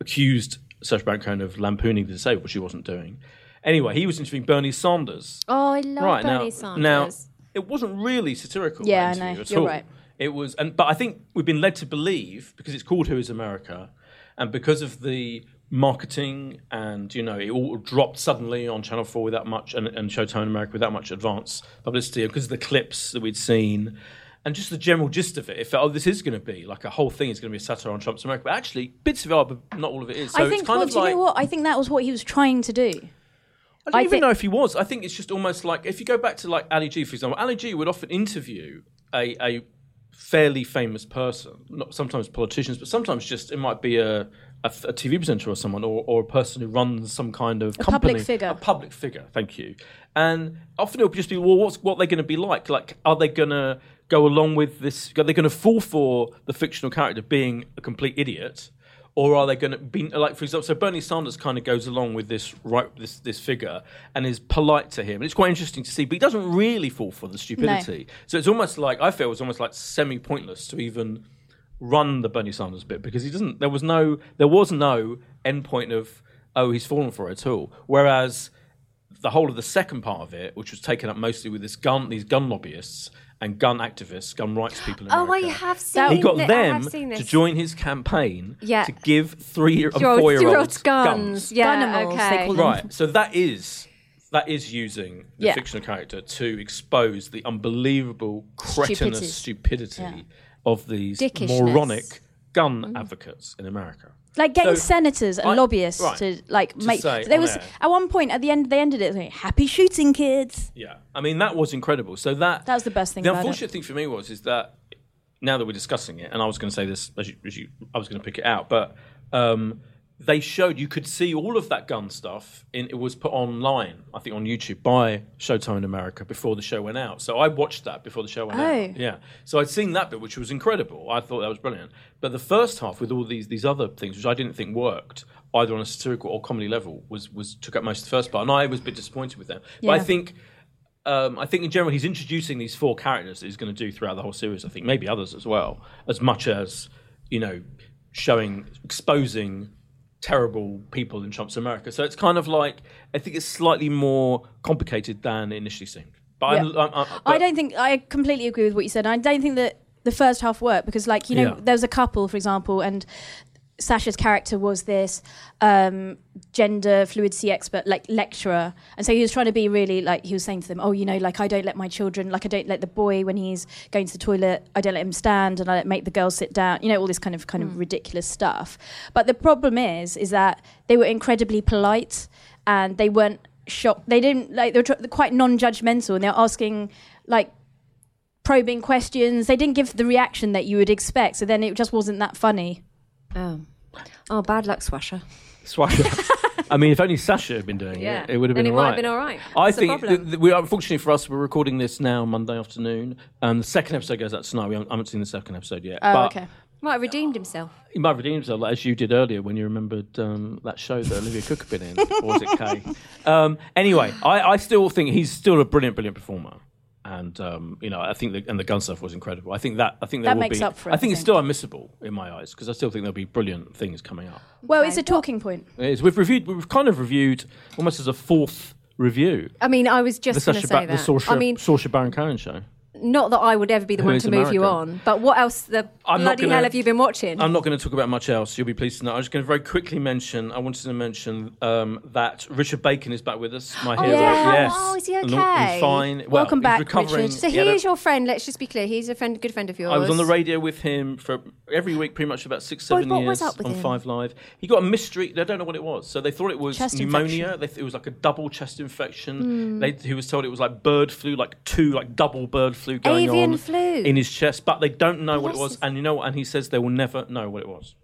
accused Sacha Baron Cohen of lampooning the disabled, which he wasn't doing. Anyway, he was interviewing Bernie Sanders. [laughs] oh, I love right Bernie now, Sanders. now it wasn't really satirical. that Yeah, I interview know. At You're all. right. It was, and but I think we've been led to believe because it's called Who Is America, and because of the marketing and you know it all dropped suddenly on Channel Four without much and, and Showtime America without much advance publicity, and because of the clips that we'd seen. And just the general gist of it, it felt, oh, this is going to be like a whole thing is going to be a satire on Trump's America. But actually, bits of it are, but not all of it is. So I think. it's kind Well, of do you like, know what? I think that was what he was trying to do. I don't I even thi- know if he was. I think it's just almost like if you go back to like Ali G, for example, Ali G would often interview a, a fairly famous person, not sometimes politicians, but sometimes just it might be a, a, a TV presenter or someone, or, or a person who runs some kind of company, public figure. a public figure. Thank you. And often it would just be, well, what's what they're going to be like? Like, are they going to go along with this? Are they going to fall for the fictional character being a complete idiot? or are they going to be like, for example, so Bernie Sanders kind of goes along with this right this this figure and is polite to him. It's quite interesting to see, but he doesn't really fall for the stupidity. So it's almost like I feel it's almost like semi pointless to even run the Bernie Sanders bit because he doesn't. There was no there was no end point of oh he's fallen for it at all. Whereas the whole of the second part of it, which was taken up mostly with this gun, these gun lobbyists and gun activists, gun rights people. In oh, I America have seen. That- he got thi- I them have seen to this. join his campaign Yeah. to give three year and Your- four year olds your guns. Yeah, Gunimals, they okay. call them. Right. So that is that is using the Yeah. fictional character to expose the unbelievable cretinous stupidity of these Dickishness. moronic gun advocates in America. like getting So- senators and I- lobbyists right. to like make. say there on was air. at one point at the end they ended it saying, "Happy shooting, kids." Yeah, I mean that was incredible. So that That was the best thing The about it. unfortunate thing for me was is that now that we're discussing it, and I was going to say this as you, as you I was going to pick it out, but um, they showed you could see all of that gun stuff. In, it was put online, I think, on YouTube by Showtime in America before the show went out. So I watched that before the show went Oh. out. Yeah, so I'd seen that bit, which was incredible. I thought that was brilliant. But the first half with all these these other things, which I didn't think worked. Either on a satirical or comedy level, was was took up most of the first part, and I was a bit disappointed with them. But I Yeah. think um, I think in general he's introducing these four characters that he's going to do throughout the whole series. I think maybe others as well, as much as you know, showing exposing terrible people in Trump's America. So it's kind of like I think it's slightly more complicated than initially seemed. But, I'm, Yeah. I'm, I'm, but I don't think I completely agree with what you said. I don't think that the first half worked because, like, you know, Yeah. there was a couple, for example, and Sasha's character was this um, gender fluidity expert, like lecturer, and so he was trying to be really like he was saying to them, "Oh, you know, like I don't let my children, like I don't let the boy when he's going to the toilet, I don't let him stand, and I don't make the girl sit down." You know, all this kind of kind of ridiculous stuff. But the problem is, is that they were incredibly polite and they weren't shocked. They didn't like they were tr- they're quite non-judgmental, and they were asking like probing questions. They didn't give the reaction that you would expect, so then it just wasn't that funny. Oh. oh, bad luck, Swasher. [laughs] Swasher. I mean, if only Sasha had been doing Yeah. it, it would have Then been it all might right. have been all right. I That's the think problem. th- th- we unfortunately for us, we're recording this now Monday afternoon, and the second episode goes out tonight. We haven't, I haven't seen the second episode yet. Oh, but okay. Might have redeemed himself. He might redeem himself, like, as you did earlier when you remembered um, that show that Olivia Cook had been in, or was it [laughs] Kay? Um, anyway, I, I still think he's still a brilliant, brilliant performer, and um, you know, I think the, and the gun stuff was incredible. I think that I think there That will makes be, up for it, I I think it's think. still unmissable in my eyes because I still think there'll be brilliant things coming up. Well, it's a talking point. It is. We've reviewed. We've kind of reviewed almost as a fourth review. I mean, I was The just going to Saoirse, say ba- the that. Saoirse, I mean, Saoirse Baron Cohen show. not that I would ever be the Who one is to move you America? on, but what else the I'm not bloody gonna- hell have you been watching? I'm not going to talk about much else. You'll be pleased to know. I'm just going to very quickly mention. I wanted to mention um, that Richard Bacon is back with us. My hero. yeah. Yes. Oh, is he And okay? He's fine. Well, Welcome he's back, recovering. Richard. so He he had a- is your friend. Let's just be clear. He's a friend, good friend of yours. I was on the radio with him for every week, pretty much for about six, Boy, seven what years was up with on him? Five Live. He got a mystery. They don't know what it was, so they thought it was Chest pneumonia. They th- it was like a double chest Hmm. infection. They, he was told it was like bird flu, like two, like double bird flu going Avian on flu. in his chest, but they don't know what it Bless was. his- And you know what? And he says they will never know what it was.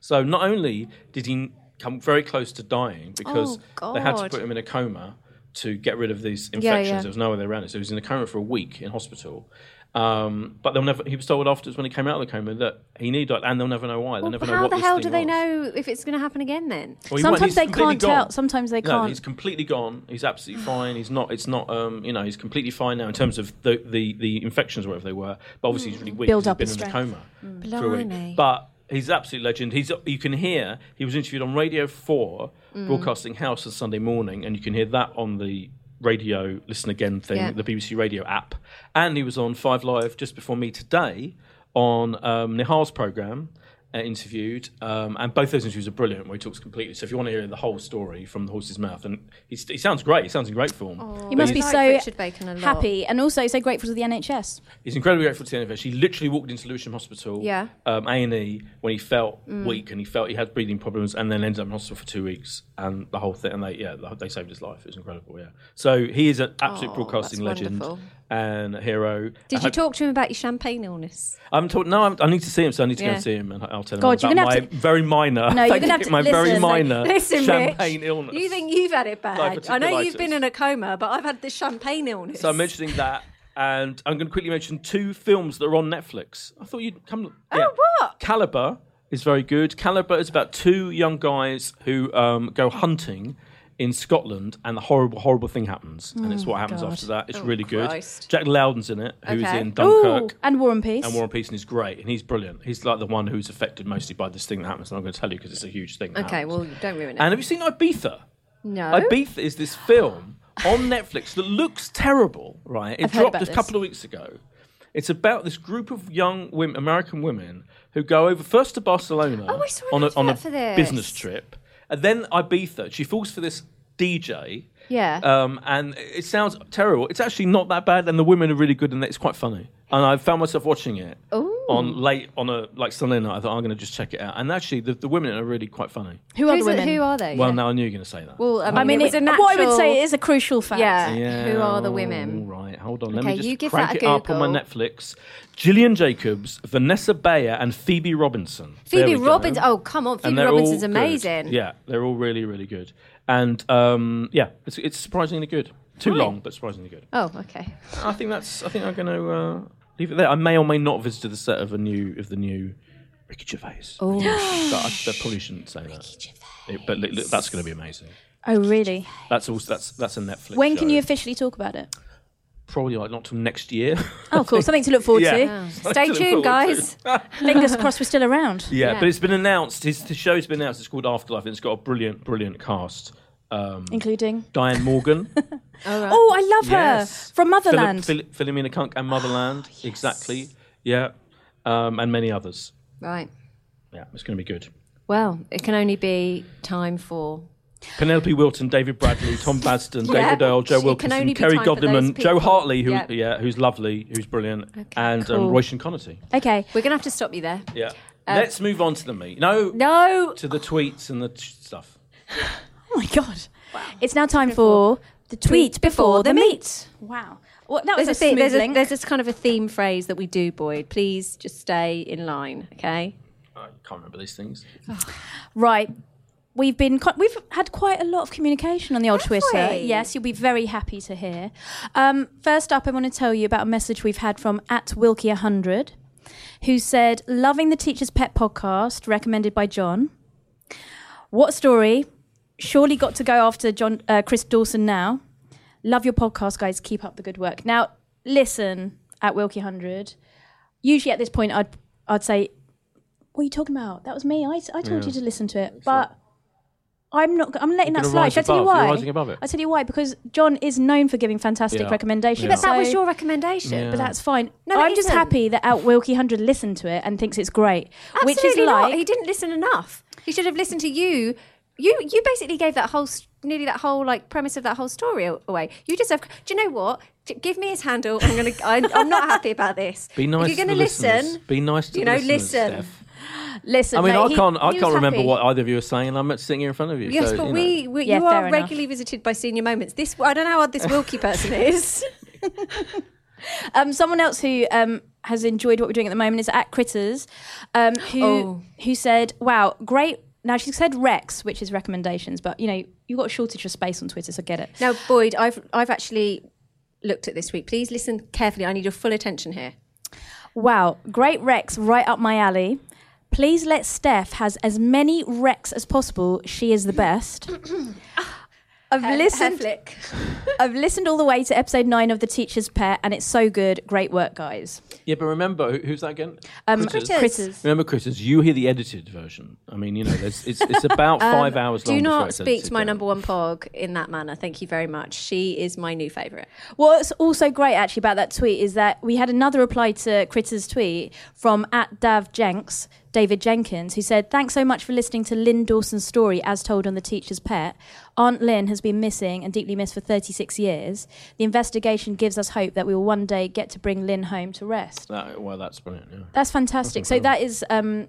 So not only did he come very close to dying because Oh, they had to God. put him in a coma to get rid of these yeah. infections. There was no way around it. So he was in a coma for a week in hospital. Um, but they'll never. He was told afterwards when he came out of the coma that he needed, it, and they'll never know why. They'll never know How what the this hell thing do they was. know if it's going to happen again then? Well, he won't. Sometimes He's they completely can't gone. tell. Sometimes they No, can't. he's completely gone. He's absolutely fine. He's not. It's not. Um, you know, he's completely fine now in terms of the the, the infections, or whatever they were. But obviously, he's really weak. Build 'cause up he's his been in a strength. coma for a Blimey. week. But he's absolute legend. He's. You can hear he was interviewed on Radio Four, Broadcasting House, on Sunday morning, and you can hear that on the radio listen again thing, Yeah. the BBC Radio app. And he was on Five Live just before me today on um, Nihal's program. Uh, interviewed, um, and both those interviews are brilliant. Where he talks completely. So if you want to hear the whole story from the horse's mouth, and he, he sounds great. He sounds in great form. You must But be he's- like so Richard Bacon a lot. happy and also so grateful to the NHS. He's incredibly grateful to the NFS. He literally walked into Lewisham Hospital, Yeah. um, A&E, when he felt weak and he felt he had breathing problems, and then ended up in hospital for two weeks, and the whole thing. And they, yeah, they saved his life. It was incredible. Yeah. So he is an absolute Oh, broadcasting that's legend wonderful. and a hero. I Did you hope- talk to him about your champagne illness? I haven't talked. No, I'm, I need to see him, so I need to go Yeah. and see him, and I'll tell him God, about you're gonna my have to- very minor. No, you're thank gonna have you, to my very listen. Like, minor Listen, champagne Rich, illness. You think you've had it bad? I know Diverticulitis. you've been in a coma, but I've had this champagne illness. So I'm mentioning that, and I'm going to quickly mention two films that are on Netflix. I thought you'd come. Oh, what? Caliber is very good. Caliber is about two young guys who um, go hunting in Scotland, and the horrible, horrible thing happens, and Oh it's what happens after that. It's really good. Christ. Jack Loudon's in it, who's Okay. in Dunkirk. Ooh, and War and Peace. And War and Peace and he's great, and he's brilliant. He's like the one who's affected mostly by this thing that happens. And I'm going to tell you because it's a huge thing. That okay, happens. well, don't ruin it. And have you seen Ibiza? no. Ibiza is this film on Netflix that looks terrible, right? It I've heard dropped about a this. couple of weeks ago. It's about this group of young women, American women, who go over first to Barcelona Oh, I saw an on a, on a advert for this. business trip, and then Ibiza. She falls for this DJ. Yeah. Um, and it sounds terrible. It's actually not that bad, and the women are really good, and it's quite funny. And I found myself watching it Ooh. on late on a like Sunday night. I thought I'm going to just check it out, and actually the, the women are really quite funny. who are the Who's it- women? who are they? Well, Oh, Yeah. now I knew you were going to say that. Well, I mean, it was it, a natural. what I would say is a crucial fact. Yeah. Yeah, Who are the All women? right, hold on. Let Okay, me just you give crank that it a up on my Google. Netflix. Gillian Jacobs, Vanessa Bayer, and Phoebe Robinson. There Phoebe we go. Robbins. Oh, come on. And Phoebe they're all Robinson's good. amazing. Yeah, they're all really, really good. And um, yeah, it's, it's surprisingly good. Too long, but surprisingly good. Oh, okay. I think that's. I think I'm going to uh, leave it there. I may or may not visit the set of a new of the new Ricky Gervais. Oh, I, I probably shouldn't say that. It, but look, look, that's going to be amazing. Oh, really? That's also that's that's a Netflix. When can show. you officially talk about it? Probably like not till next year. [laughs] Oh, cool. Something to look forward Yeah. [laughs] to. Stay tuned, guys. Fingers crossed we're still around. Yeah, Yeah. but it's been announced. His the show's been announced. It's called Afterlife, and it's got a brilliant, brilliant cast. Um, Including. Diane [laughs] Morgan, Oh, I love yes, her. From Motherland. Phil- Phil- Philomena Kunk, Oh, and Motherland, exactly. Yeah, um, and many others. Right. Yeah, it's going to be good. Well, it can only be time for. Penelope Wilton, David Bradley, Tom Basden, Yeah. David Earl, Joe It can only Wilkinson, be Kerry time for those Godderman, Joe people. Hartley, who Yeah. yeah, who's lovely, who's brilliant, and um, cool. Royston Connerty. okay. We're going to have to stop you there. Yeah, let's move on to the meat. No, Uh, No. to the tweets and the t- stuff. Oh, my God. It's now time for the tweet before the meet. Wow. Well, that was There's a a, theme, smooth there's, a, link. there's this kind of a theme phrase that we do, Boyd. Please just stay in line, okay? I can't remember these things. Right. we've been co- we've had quite a lot of communication on the old Have Twitter. we? Yes, you'll be very happy to hear. Um, first up, I want to tell you about a message we've had from at Wilkie100, who said, "Loving the Teacher's Pet podcast recommended by John. What story? Surely got to go after John uh, Chris Dawson now. Love your podcast, guys. Keep up the good work. Now, listen at Wilkie100. Usually at this point, I'd I'd say." What are you talking about? That was me. I, I told you to listen to it, but I'm not. I'm letting You're that gonna slide. rise Should I tell you above. You're why? rising above it. I tell you why because John is known for giving fantastic Yeah. recommendations. Yeah. But that so- was your recommendation. Yeah. But that's fine. No, that I'm just isn't. happy that Out Wilkie Hundred listened to it and thinks it's great, which is Absolutely not. like he didn't listen enough. He should have listened to you. You you basically gave that whole s- nearly that whole like premise of that whole story a- away. You deserve. Do you know what? J- Give me his handle. I'm gonna. I, I'm not happy about this. Be nice. If you're to gonna the listeners. listen. Be nice to you the know, listeners, listen. Steph. listen. I mean, no, I he- can't. I he can't was remember happy. what either of you are saying, and I'm sitting here in front of you. Yes, so, but you know. we, we Yeah, you fair are enough. regularly visited by senior moments. This I don't know how this Wilkie person [laughs] is. Um, someone else who um, has enjoyed what we're doing at the moment is at Critters, um, who Oh. who said, "Wow, great." Now she said Rex, which is recommendations, but you know you've got a shortage of space on Twitter, so get it. now, Boyd, I've I've actually looked at this week. Please listen carefully. I need your full attention here. Wow, great Rex right up my alley. Please let Steph has as many Rex as possible. She is the best. I've listened. Flick. I've listened all the way to episode nine of The Teacher's Pet, and it's so good. Great work, guys. Yeah, but remember who, who's that again? Um, Critters. Critters. Remember, Chris, as you hear the edited version. I mean, you know, there's, it's it's [laughs] about five hours long. Um, Do before not it's speak edited to my down. number one pog in that manner. Thank you very much. She is my new favourite. What's also great actually about that tweet is that we had another reply to Critter's tweet from at Dav Jenks, David Jenkins, who said, Thanks so much for listening to Lynn Dawson's story as told on The Teacher's Pet. Aunt Lynn has been missing and deeply missed for 36 years. The investigation gives us hope that we will one day get to bring Lynn home to rest. That, well, that's brilliant. Yeah. That's fantastic. so that is um,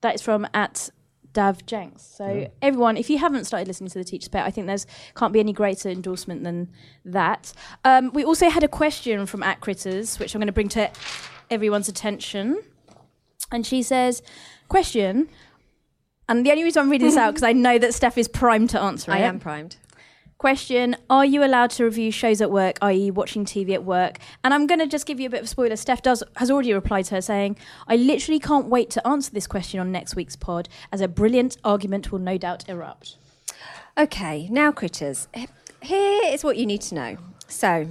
that is from at Dav Jenks. So everyone, if you haven't started listening to the Teacher's Pet, I think there's can't be any greater endorsement than that. Um, we also had a question from at Critters, which I'm going to bring to everyone's attention, and she says, "Question." And the only reason I'm reading this [laughs] out because I know that Steph is primed to answer it. I am primed. Question Are you allowed to review shows at work, i.e., watching TV at work? And I'm going to just give you a bit of a spoiler. Steph does, has already replied to her saying, I literally can't wait to answer this question on next week's pod, as a brilliant argument will no doubt erupt. Okay, now critters. h- Here is what you need to know. So,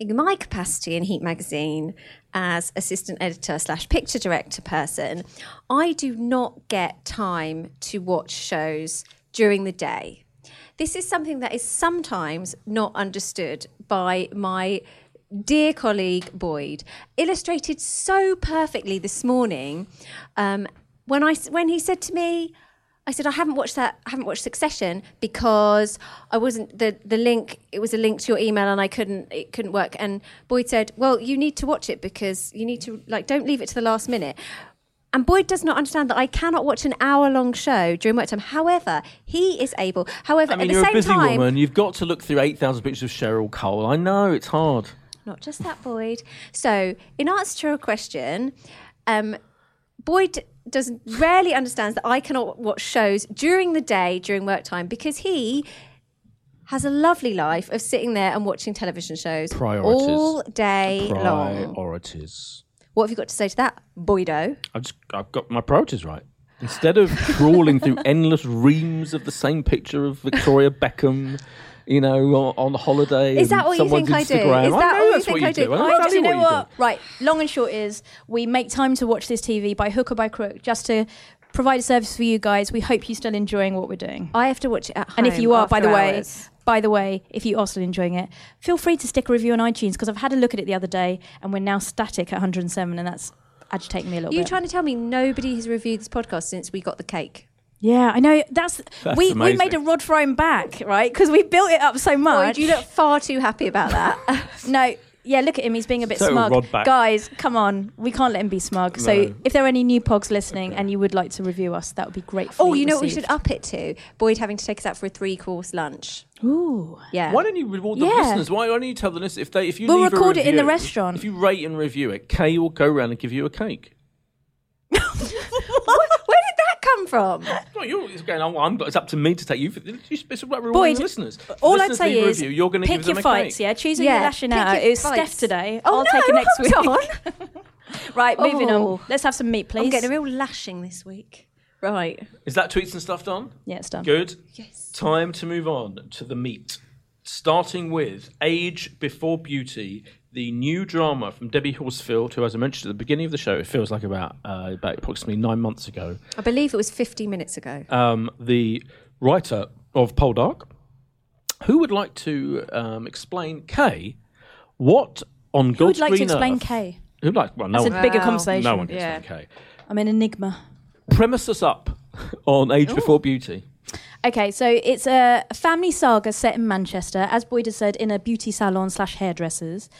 in my capacity in Heat Magazine as assistant editor slash picture director person, I do not get time to watch shows during the day. This is something that is sometimes not understood by my dear colleague Boyd, illustrated so perfectly this morning um, when I s- when he said to me. I said I haven't watched that. I haven't watched Succession because I wasn't the the link. It was a link to your email, and I couldn't. It couldn't work. And Boyd said, "Well, you need to watch it because you need to like don't leave it to the last minute." And Boyd does not understand that I cannot watch an hour long show during work time. However, he is able. However, I mean, at the you're a same busy time, woman. You've got to look through eight thousand pictures of Cheryl Cole. I know it's hard. not just that Boyd. So, in answer to your question, um, Boyd does rarely understands that I cannot watch shows during the day during work time because he has a lovely life of sitting there and watching television shows Priorities. all day long. Priorities. What have you got to say to that, Boydo? I've just I've got my priorities right. Instead of trawling through endless reams of the same picture of Victoria Beckham, you know, on, on holiday. Is that and what you someone's think I do? Instagram. Is I that know what you that's think what I you do. do? I know I exactly just, you know what you do. what? Right, long and short is we make time to watch this TV by hook or by crook just to provide a service for you guys. We hope you're still enjoying what we're doing. I have to watch it at home. And if you are, by after the way, hours. by the way, if you are still enjoying it, feel free to stick a review on iTunes because I've had a look at it the other day and we're now static at 107 and that's agitating me a little Are you bit. trying to tell me nobody has reviewed this podcast since we got the cake? yeah, I know. That's, That's we we amazing. made a rod for him back, right? Because we built it up so Boyd, much. you look far too happy about that. [laughs] no. Yeah, look at him. He's being a bit So, smug. rod back. Guys, come on. We can't let him be smug. No. So, if there are any new pogs listening and you would like to review us, that would be grateful. Oh, you know what we should up it to? Boyd having to take us out for a three course lunch. Ooh. Yeah. Why don't you reward the Yeah. listeners? Why don't you tell the listeners if they if you We'll leave a record it in the review, restaurant. If you rate and [laughs] review it, Kay will go round and give you a cake. Where did that come come from? Well, you're it's going, oh, I'm, it's up to me to take you. For, it's about rewarding Boyd, the listeners. All listeners I'd say leave a is review, you're gonna pick give your them a fights. cake. Yeah, choosing Yeah, your lashing pick out. your It was fights. Steph today. Oh, I'll take it no, next week. hold [laughs] right, moving Oh. on. Let's have some meat, please. I'm getting a real lashing this week. Right. Is that tweets and stuff done? yeah, it's done. Good. Yes. Time to move on to the meat. Starting with Age Before Beauty, the new drama from Debbie Horsfield, who, as I mentioned at the beginning of the show, it feels like about, uh, about approximately nine months ago. I believe it was 50 minutes ago. um, the writer of Poldark, who would like to um, explain K what on God's would like to green explain earth- K? Who'd like? Well, no It's a one. bigger Wow. conversation. no one can yeah. explain K. I'm an enigma. Premise us up [laughs] on Age Before Beauty. Okay, so it's a family saga set in Manchester, as Boyd has said, in a beauty salon slash hairdressers,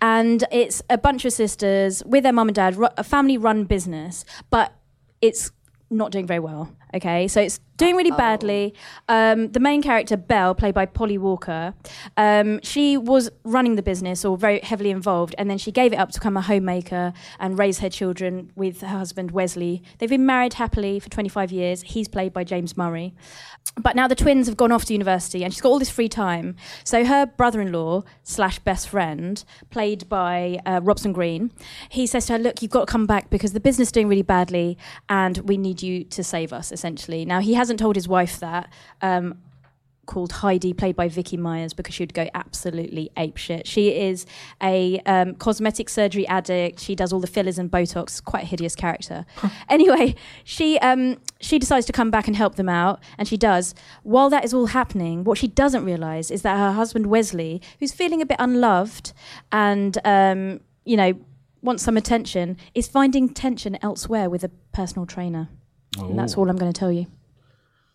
and it's a bunch of sisters with their mum and dad, ru- a family-run business, but it's not doing very well. Okay, so it's doing really badly. Um, the main character, Belle, played by Polly Walker, um, she was running the business or very heavily involved, and then she gave it up to become a homemaker and raise her children with her husband, Wesley. They've been married happily for 25 years. He's played by James Murray. But now the twins have gone off to university and she's got all this free time. So her brother in law slash best friend, played by uh, Robson Green, he says to her, Look, you've got to come back because the business is doing really badly and we need you to save us, essentially. Now, he hasn't told his wife that. Um, called Heidi, played by Vicky Myers, because she'd go absolutely apeshit. She is a um, cosmetic surgery addict. She does all the fillers and Botox. Quite a hideous character. [laughs] anyway, she um, she decides to come back and help them out, and she does. While that is all happening, what she doesn't realise is that her husband Wesley, who's feeling a bit unloved, and um, you know wants some attention, is finding tension elsewhere with a personal trainer. And that's all I'm going to tell you.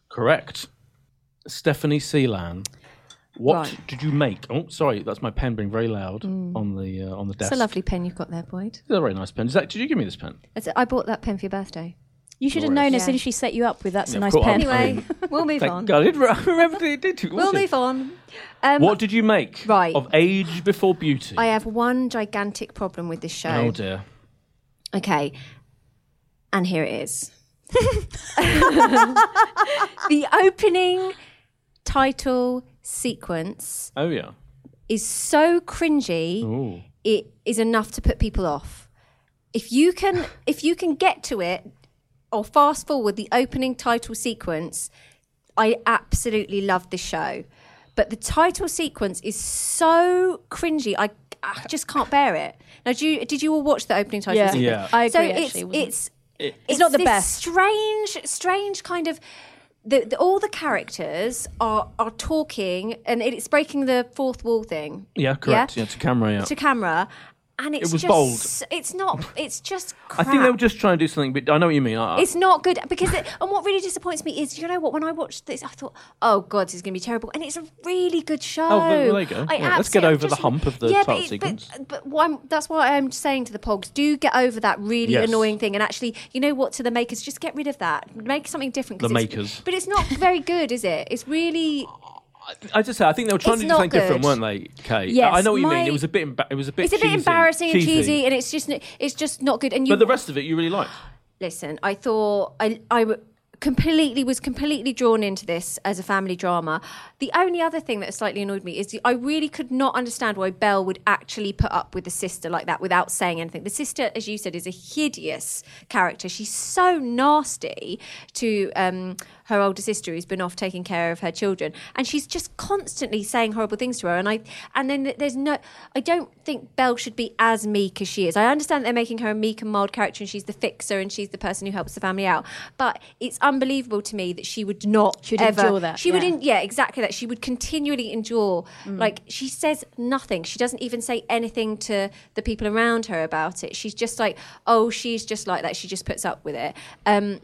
Correct. Stephanie Sealan, what Right. Mm. did you make? Oh, sorry, that's my pen being very loud on the uh, on the desk. It's a lovely pen you've got there, Boyd. It's a very nice pen. Is that, did you give me this pen? That's- I bought that pen for your birthday. You should have Glorious. known as Yeah. soon as she set you up with that's Yeah, a of nice course. [laughs] pen. Anyway, we'll move Um, Thank on. God, [laughs] I did re- I remember that you did. too, We'll wasn't it? move on. Um, What did you make Right. of Age Before Beauty? I have one gigantic problem with this oh show. dear. Okay. And here it is. the opening title sequence Oh yeah. is so cringy. Ooh. it is enough to put people off. If you [sighs] can, if you can get to it or fast forward the opening title sequence, I absolutely love this show. But the title sequence is so cringy. I, I just can't bear it. Now, do you, did you all watch the opening title Yeah. sequence? Yeah. I agree. So actually, it's it wasn't- it's It's not the this best. Strange, strange kind of. The, the, all the characters are are talking, and it's breaking the fourth wall thing Yeah, correct. Yeah, to camera. Yeah. to camera, and it's was just bold. it's not it's just I crap. think they were just trying to do something, but I know what you mean. I, it's not good because it, and what really disappoints me is you know what when I watched this I thought oh god this is going to be terrible and it's a really good show. Oh, well, there you go. I Yeah, let's get absolutely- over the just- hump of the yeah, title but, it- sequence. But, but why I'm- that's why I'm saying to the Pogs do get over that really Yes. annoying thing and actually you know what to the makers just get rid of that make something different. 'cause The it's- makers. but it's not very good, is it? It's really I just say I think they were trying to It's do not something different, weren't good. they, Kate? Yes, I know what you mean. my- It was a bit. Emba- it was a bit. it's a bit cheesy. embarrassing and cheesy, and it's just it's just not good. And you but the rest of it you really liked. listen, I thought I, I w- completely was completely drawn into this as a family drama. The only other thing that slightly annoyed me is the, I really could not understand why Belle would actually put up with the sister like that without saying anything. The sister, as you said, is a hideous character. She's so nasty to um, her older sister who's been off taking care of her children, and she's just constantly saying horrible things to her. And I and then there's no, I don't think Belle should be as meek as she is. I understand they're making her a meek and mild character, and she's the fixer and she's the person who helps the family out. But it's unbelievable to me that she would not She would ever, endure that, She would, yeah. Mm. en- yeah, exactly that. She would continually endure. Like she says nothing. She doesn't even say anything to the people around her about it. She's just like, oh, she's just like that. She just puts up with it. Um,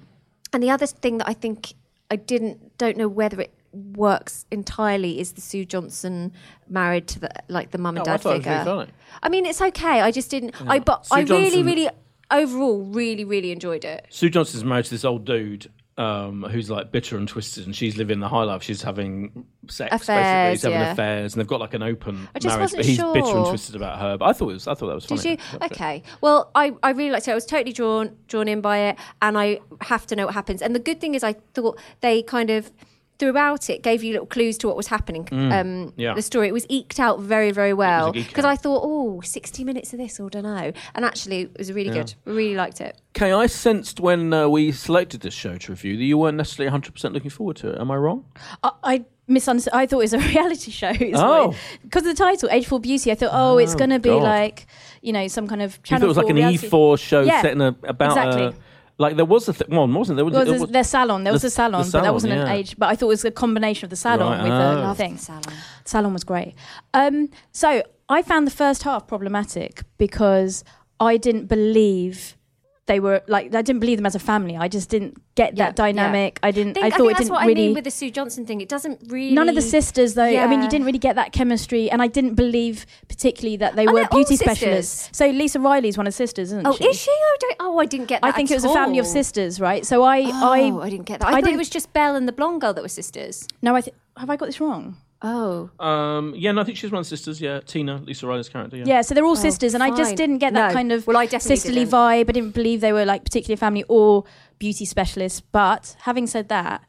and the other thing that I think I didn't don't know whether it works entirely is the Sue Johnson married to the like the mum and Oh, I dad thought it was figure. really funny. I mean, it's okay. I just didn't. I but Sue I really, Johnson- really overall really really enjoyed it. Sue Johnson's married to this old dude um, who's like bitter and twisted, and she's living the high life. She's having sex, basically. Affairs, He's having yeah. affairs, and they've got like an open just marriage. wasn't But he's bitter and sure. twisted about her. But I thought it was. I thought that was funny. Did you? Loved it. Okay. Well, I, I really liked it. I was totally drawn drawn in by it, and I have to know what happens. And the good thing is, I thought they kind of throughout it gave you little clues to what was happening. um, Mm, yeah. The story it was eked out very very well eked because out. I thought, oh, 60 minutes of this, or don't know. And actually, it was really good. Really liked it. Okay, I sensed when uh, we selected this show to review that you weren't necessarily 100% looking forward to it. Am I wrong? I, I misunderstood. I thought it was a [laughs] reality show. Oh. because of the title, Ageful Beauty. I thought, oh, it's Oh, going to be God. like you know some kind of You channel. thought it was like 4 an E reality. E4 show Yeah, set in a, about a. exactly. Like there was a th- one, wasn't there? Was Well, it- it there's was- their salon. There was the- a salon, the but salon, that wasn't an yeah. age. But I thought it was a combination of the salon Right, with oh. the Love thing. Salon. Salon was great. Um, so I found the first half problematic because I didn't believe they were like I didn't believe them as a family. I just didn't get Yeah, yeah. that dynamic. I I didn't. think, I I thought think it that's didn't what really. I mean with the Sue Johnson thing. It doesn't really None of the sisters, though. I mean, Yeah. you didn't really get that chemistry, and I didn't believe particularly that they Are were they all beauty sisters? specialists. So Lisa Riley's one of the sisters, isn't Oh, she? is she? Oh, don't, oh, I didn't get that. I think at it was a family of all. sisters, right? So I, Oh, I, I, didn't get that. I, I thought it didn't- was just Belle and the blonde girl that were sisters. no, I th- have I got this wrong? Oh, um, yeah, no, I think she's one of the sisters. Yeah, Tina, Lisa Riley's character. Yeah. Yeah, so they're all sisters, and I Oh, fine. just didn't get that No. kind of Well, I definitely sisterly didn't. vibe. I didn't believe they were like particularly family or beauty specialists. But having said that,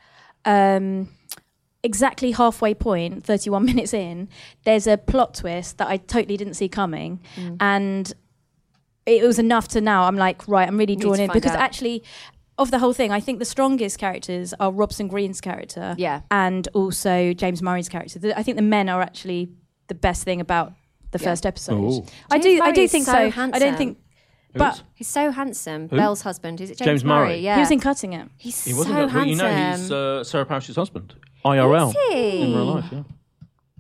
um, exactly halfway point, 31 [laughs] minutes in, there's a plot twist that I totally didn't see coming. Mm. And it was enough to now I'm like, right, I'm really Need drawn to in. find Because out. actually, of the whole thing, I think the strongest characters are Robson Green's character [laughs] Yeah. and also James Murray's character. The- I think the men are actually the best thing about the Yeah. first episode. Ooh. I James do. I Murray do is think so so. I handsome. don't think. Who but is? He's so handsome. Who? Belle's husband. Is it James, James Murray. Yeah. he was in cutting it. He's He so wasn't. handsome. well, you know, he's uh, Sarah Parish's husband, IRL, Is he? in real life. Yeah.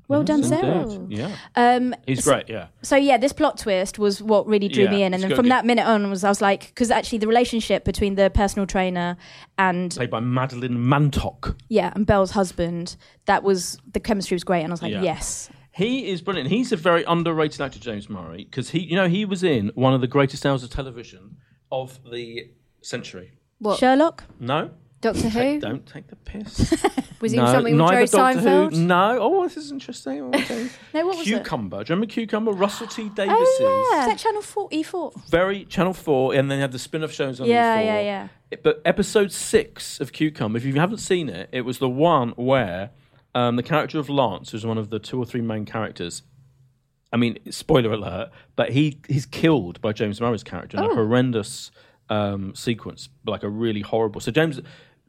Well Yes, done, indeed. Sarah. Yeah, Um, he's great. Yeah. so yeah, this plot twist was what really drew Yeah, me in, it's got and then from good- that minute on, was I was like, because actually the relationship between the personal trainer and Played by Madeline Mantock. yeah and Belle's husband, that was the chemistry was great, and I was like, Yeah. yes, He is brilliant. He's a very underrated actor, James Murray, because he, you know, he was in one of the greatest hours of television of the century. What? Sherlock. No, Doctor Who? Take- don't take the [laughs] piss. Was he in no, something with neither Jerry Doctor Seinfeld? Who. No. Oh, this is interesting. Oh, okay. [laughs] No, what was it? Oh, Cucumber. Do you remember Cucumber? Russell T Davis's Is that Channel Four E Four? very Channel Four, and then they had the spin-off shows on E Yeah, E4. yeah, yeah. It- But episode six of Cucumber, if you haven't seen it, it was the one where um, the character of Lance, who's one of the two or three main characters. I mean, spoiler alert, but he he's killed by James Murray's character in a horrendous um, sequence, like a really horrible. So James.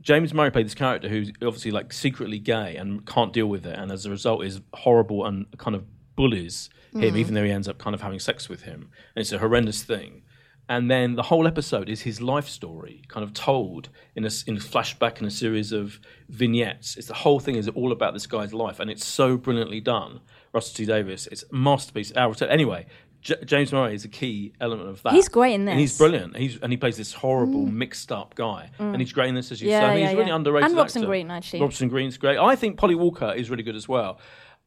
James Murray played this character who's obviously like secretly gay and can't deal with it, and as a result is horrible and kind of bullies him, even though he ends up kind of having sex with him. And it's a horrendous thing. And then the whole episode is his life story, kind of told in a, s- in flashback in a series of vignettes. It's the whole thing is all about this guy's life, and it's so brilliantly done. Russell T Davis, it's a masterpiece. Our return. Anyway, J- James Murray is a key element of that. He's great in And he's this. Mm. brilliant. He's and he plays this horrible, mixed up guy, and he's great in this as you Yeah, say. I think yeah, he's really yeah. underrated. And Robson actor. Greene, actually. Robson Green's great. I think Polly Walker is really good as well.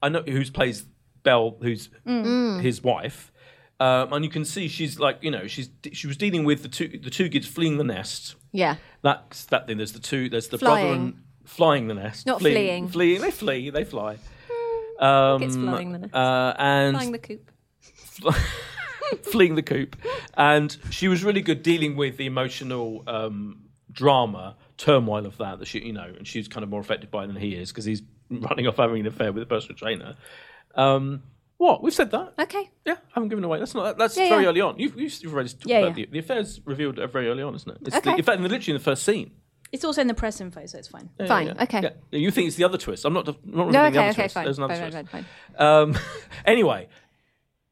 I know who's plays Belle, who's Mm. Mm. his wife, um, and you can see she's like you know she's she was dealing with the two the two kids fleeing the nest. Yeah. That's that thing. There's the two. There's the brother Flying. and flying the nest. Not fleeing. Fleeing. They flee. They fly. Um, gets flying the nest? Uh, and Flying the coop. [laughs] fleeing the coop. And she was really good dealing with the emotional um, drama, turmoil of that, that she, you know, and she's kind of more affected by it than he is because he's [laughs] running off having an affair with a personal trainer. Um, what? We've said that. Okay. Yeah, I haven't given away. That's not. That's Yeah, very yeah. early on. You've, you've you've already talked Yeah, about yeah. The, the affairs revealed very early on, isn't it? It's Okay. The, in fact, in the, literally in the first scene. It's also in the press info, so it's fine. Yeah, Fine, yeah, yeah. okay. Yeah, You think it's the other twist? I'm not. not revealing No. the Okay. other Okay. twist. Fine. There's Fine, another fine. twist. Fine. fine. Um, [laughs] anyway,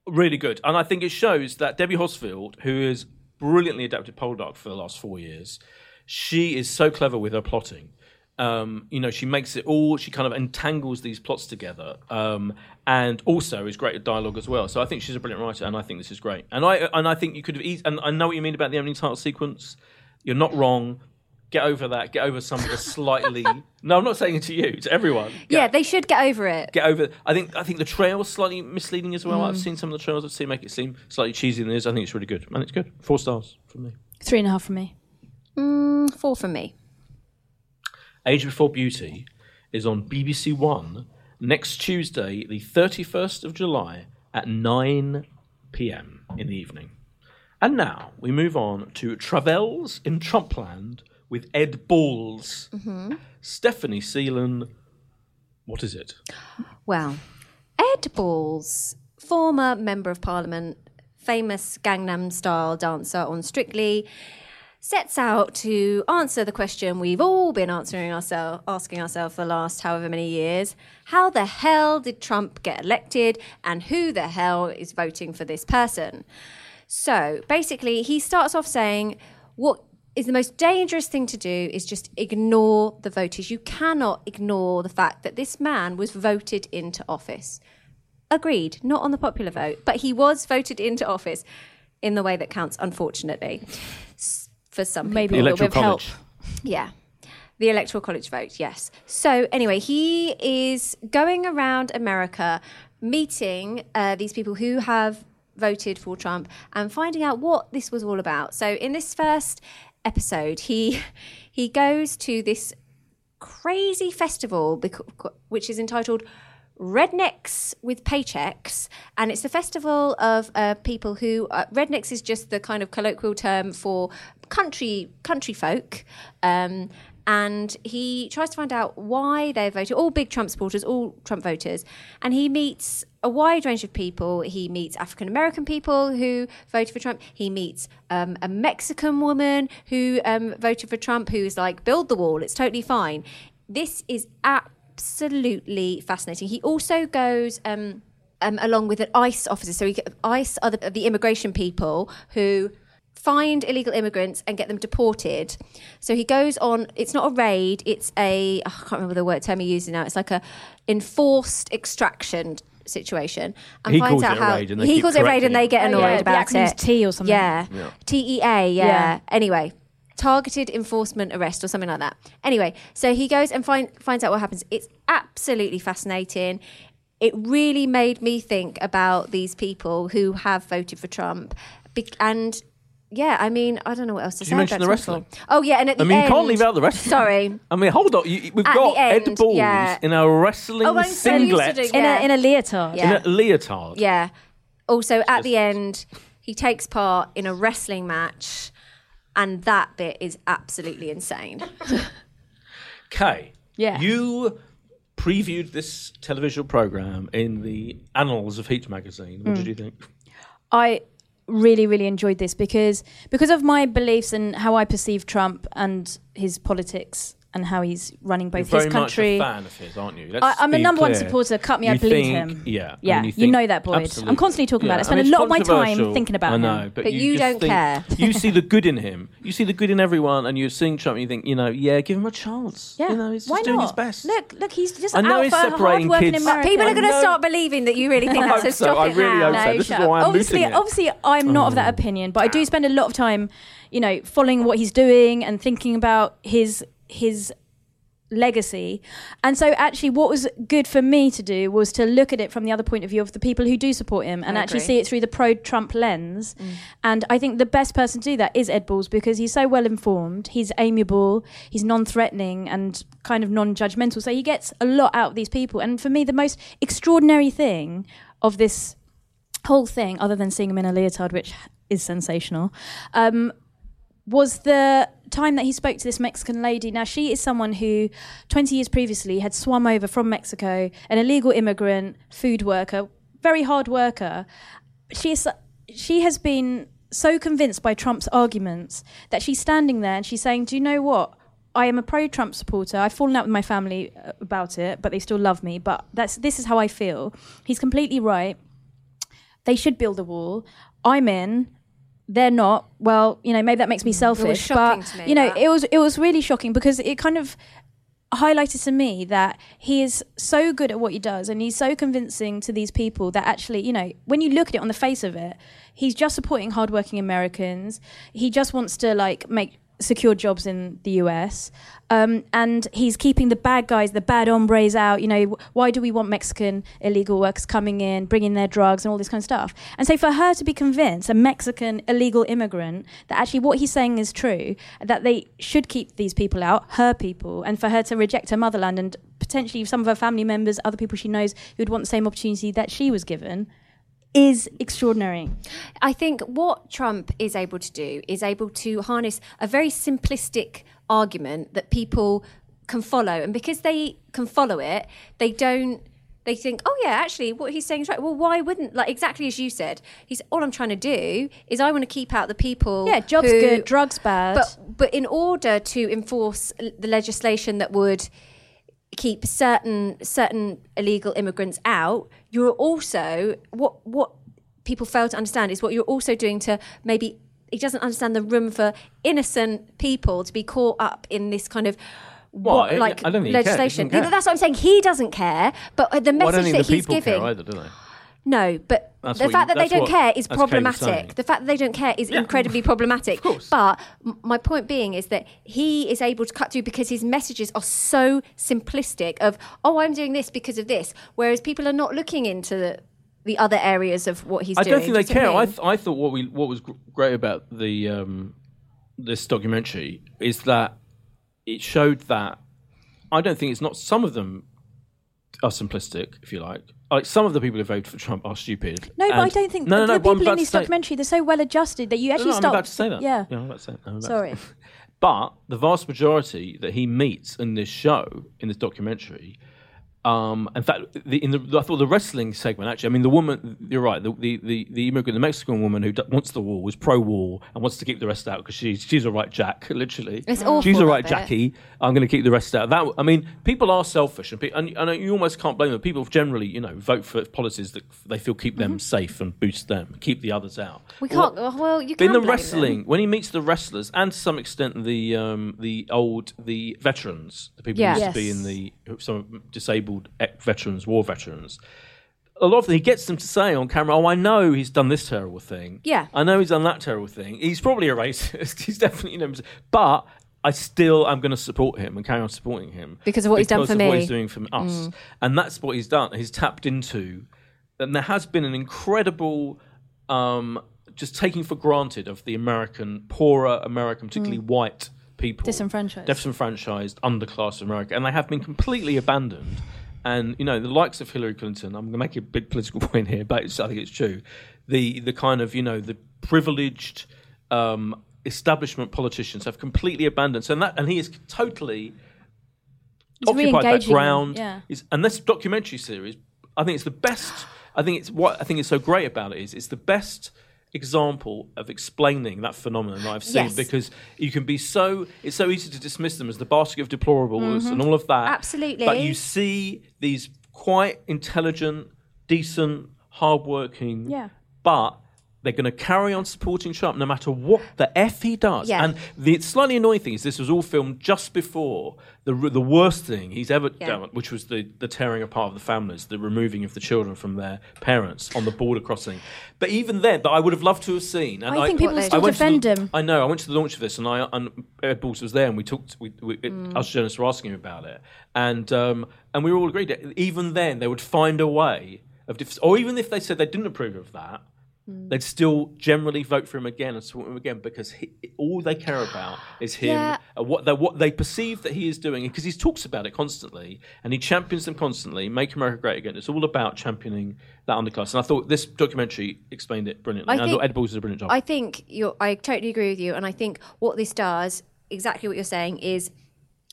really good. And I think it shows that Debbie Hosfield, who has brilliantly adapted Poldark for the last four years, she is so clever with her plotting. Um, you know, she makes it all, she kind of entangles these plots together um, and also is great at dialogue as well. So I think she's a brilliant writer and I think this is great. And I uh, and I think you could have, eas- and I know what you mean about the opening title sequence. You're not wrong. Get over that. Get over some of the slightly. [laughs] no, I'm not saying it to you, to everyone. Yeah. Get they should get over it. get over. I think I think the trail's slightly misleading as well. I've seen some of the trails I've seen make it seem slightly cheesy than it is. I think it's really good, and it's good. Four stars from me. Three and a half from me. Four from Mm, me. Age Before Beauty, is on BBC One next Tuesday, the 31st of July at 9 p.m. in the evening. And now we move on to Travels in Trumpland with Ed Balls, Stephanie Seelan. What is it? Well, Ed Balls, former Member of Parliament, famous Gangnam style dancer on Strictly, sets out to answer the question we've all been answering ourselves, asking ourselves for the last however many years how the hell did Trump get elected, and who the hell is voting for this person? So basically, he starts off saying, What is the most dangerous thing to do is just ignore the voters. You cannot ignore the fact that this man was voted into office. Agreed, not on the popular vote, but he was voted into office in the way that counts, unfortunately, S- for some people. Maybe a little bit of help. Yeah. The Electoral College vote, yes. So, anyway, he is going around America meeting uh, these people who have voted for Trump and finding out what this was all about. So, in this first episode, he [laughs] he goes to this crazy festival becau- which is entitled Rednecks with Paychecks, and it's the festival of uh, people who uh, rednecks is just the kind of colloquial term for country country folk. Um, and he tries to find out why they voted, all big Trump supporters, all Trump voters. And he meets a wide range of people. He meets African American people who voted for Trump. He meets um, a Mexican woman who um, voted for Trump, who is like, build the wall, it's totally fine. This is absolutely fascinating. He also goes. Um, um, along with an ICE officer. So he, get- ICE are the, the immigration people who find illegal immigrants and get them deported. So he goes on. It's not a raid. It's a I can't remember the word term he uses now. It's like a enforced extraction situation. And He finds calls out it a how raid and they he keep calls it a raid correcting and they him. get annoyed Oh, yeah, the about acronym's it. T or something. Yeah, T E A. Yeah. Yeah. Anyway. Targeted enforcement arrest or something like that. Anyway, so he goes and find, finds out what happens. It's absolutely fascinating it really made me think about these people who have voted for Trump. Be- and yeah, I mean, I don't know what else to Did say. you mention about the Trump. wrestling? Oh yeah, and at the I mean, end, you can't leave out the wrestling. Sorry, I mean, hold on. You, you- we've At got the end, Ed Balls yeah. in a wrestling Oh, I'm so used to singlet, doing- In, Yeah. a, in a leotard. Yeah. in a leotard. yeah. Also, at the end, he takes part in a wrestling match, and that bit is absolutely insane. Kay. Yeah. You previewed this television program in the annals of Heat magazine. Hmm. What did you think? I really really enjoyed this because because of my beliefs and how I perceive Trump and his politics and how he's running both Very his country. much a fan of his, aren't you? I, Let's I'm a be number one clear. supporter. Cut me, I You believe think- him. Yeah, I yeah. mean, you think- know that, Boyd. absolutely. I'm constantly talking Yeah, about it. I mean, it's spend a lot of my time controversial. thinking about I him. know, but, But you just don't think- care. [laughs] you see the good in him. You see the good in everyone, and you're seeing Trump, and you think, you know, yeah, give him a chance. Yeah. you know, he's Why just doing his not? best. look, look. He's just I know out he's for separating hard working kids. America. People are going to No. start believing that you really [laughs] think I that. hope So so. stop I it really now. hope so. This is shut up. why I'm obviously, mooting it. Oh. obviously, I'm not of that opinion, but I do spend a lot of time, you know, following what he's doing and thinking about his his legacy. And so, actually, what was good for me to do was to look at it from the other point of view of the people who do support him and I actually agree. Mm. see it through the pro Trump lens. And I think the best person to do that is Ed Balls because he's so well informed, he's amiable, he's non threatening, and kind of non judgmental. So, he gets a lot out of these people. And for me, the most extraordinary thing of this whole thing, other than seeing him in a leotard, which is sensational, um, was the time that he spoke to this Mexican lady. Now, she is someone who 20 years previously had swum over from Mexico, an illegal immigrant, food worker, very hard worker. She, is, she has been so convinced by Trump's arguments that she's standing there and she's saying, Do you know what? I am a pro Trump supporter. I've fallen out with my family uh, about it, but they still love me. But that's, this is how I feel. He's completely right they should build a wall. I'm in. They're not. Well, you know, maybe that makes me selfish, Mm. shocking but to me, you know, that. it was it was really shocking because it kind of highlighted to me that he is so good at what he does and he's so convincing to these people that actually, you know, when you look at it on the face of it, he's just supporting hardworking Americans. He just wants to like make secure jobs in the US, um, and he's keeping the bad guys, the bad hombres out. You know, wh- why do we want Mexican illegal workers coming in, bringing their drugs and all this kind of stuff? And so for her to be convinced, a Mexican illegal immigrant, that actually what he's saying is true, that they should keep these people out, her people, and for her to reject her motherland and potentially some of her family members, other people she knows who would want the same opportunity that she was given. Is extraordinary. I think what Trump is able to do is able to harness a very simplistic argument that people can follow. And because they can follow it, they don't. They think, oh yeah, actually, what he's saying is right. Well, why wouldn't like exactly as you said? He's all I'm trying to do is I want to keep out the people. Yeah, jobs who- good, drugs bad. But but in order to enforce l- the legislation that would keep certain certain illegal immigrants out, you're also what what people fail to understand is what you're also doing to maybe he doesn't understand the room for innocent people to be caught up in this kind of Well, what, I- like I don't think he cares. He legislation. doesn't care. That's what I'm saying. He doesn't care, but uh, the Well, I don't message think that the he's people giving, care either, do they? no, but That's the what fact you- that they that's don't what- care is that's Kate was saying. problematic. The fact that they don't care is incredibly problematic. course. But m- my point being is that he is able to cut through because his messages are so simplistic of, oh, I'm doing this because of this, whereas people are not looking into the, the other areas of what he's I doing. don't think they Do you see care. what I, I th- I thought what we what was gr- great about the um, this documentary is that it showed that I don't think it's not some of them are simplistic, if you like. Like some of the people who voted for Trump are stupid. No, but And- I don't think no, no, the no, but I'm people about in to this say- documentary they're so well adjusted that you No, actually no, stop. I'm about to say that. Yeah. I'm about to say that. I'm about to Sorry. [laughs] say that. But the vast majority that he meets in this show, in this documentary, um, in fact, the, in the, I thought the wrestling segment actually. I mean, the woman. You're right. The the, the, the immigrant, the Mexican woman who d- wants the war, was pro-war and wants to keep the rest out because she's she's a right Jack, [laughs] literally. It's awful, She's a right that bit. Jackie. I'm going to keep the rest out. That I mean, people are selfish, and, pe- and and you almost can't blame them. People generally, you know, vote for policies that they feel keep them safe and boost them, keep the others out. Mm-hmm. We can't. Well, you But can in the blame them. wrestling, when he meets the wrestlers and to some extent the um, the old the veterans, the people Yeah. who used to be Yes. in the who- some disabled e- veterans, war veterans. A lot of them, he gets them to say on camera, "Oh, I know he's done this terrible thing. Yeah. I know he's done that terrible thing. He's probably a racist. [laughs] he's definitely, you know, but I still am going to support him and carry on supporting him Because of what he's done because for of What me. Mm. he's doing for us, and that's what he's done. He's tapped into, and there has been an incredible, um, just taking for granted of the American poorer American, particularly white people, Hmm. Disenfranchised. disenfranchised underclass of America, and they have been completely abandoned. And you know the likes of Hillary Clinton. I'm going to make a big political [laughs] point here, but it's, I think it's true. The the kind of you know the privileged um, establishment politicians have completely abandoned. So and that and he is totally occupied that re-engaging them, ground. yeah. Is, and this documentary series, I think it's the best. I think it's what I think is so great about it is it's the best example of explaining that phenomenon that I've seen Yes. because you can be so it's so easy to dismiss them as the basket of deplorables and all of that. Absolutely. But you see these quite intelligent, decent, hardworking, Yeah. but they're going to carry on supporting Trump no matter what the f he does. Yeah. And the slightly annoying thing is this was all filmed just before the r- the worst thing he's ever Yeah. done, which was the the tearing apart of the families, the removing of the children from their parents on the border crossing. But even then, but I would have loved to have seen. And I think people What they- still I went to the- defend him. I know. I went to the launch of this, and I and Ed Balls was there, and we talked. We, we, Mm. Us journalists were asking him about it, and um, and we were all agreed. That even then, they would find a way of, dif- or even if they said they didn't approve of that, they'd still generally vote for him again and support him again because he, all they care about is him Yeah. and what they what they perceive that he is doing because he talks about it constantly and he champions them constantly. Make America Great Again. It's all about championing that underclass, and I thought this documentary explained it brilliantly. I and I think- thought Ed Balls did a brilliant job. I think you're. I totally agree with you, and I think what this does, exactly what you're saying, is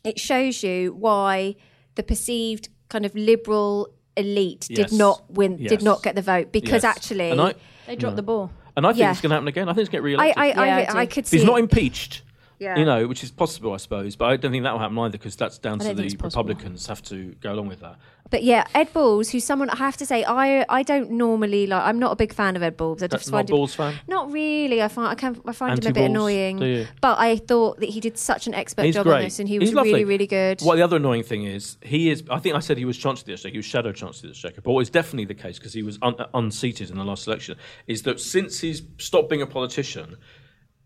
it shows you why the perceived kind of liberal elite Yes. did not win, Yes. did not get the vote Yes. because actually, and I, They dropped the ball. and I think Yeah. it's going to happen again. I think it's going to get I, re-elected. I, Yeah, I I, do. I could see. He's not it. impeached, Yeah. you know, which is possible, I suppose. But I don't think that will happen either because that's down to don't the think it's possible. Republicans have to go along with that. But yeah, Ed Balls, who's someone I have to say, I I don't normally like. I'm not a big fan of Ed Balls. I just That's not find a him- Balls fan. Not really. I find I can I find him a bit Anti-Balls, annoying. do you? But I thought that he did such an expert He's job great. on this, and he was He's lovely. really really good. Well, the other annoying thing is he is. I think I said he was Chancellor of the Exchequer. He was Shadow Chancellor of the Exchequer, but what is definitely the case because he was un- unseated in the last election is that since he's stopped being a politician,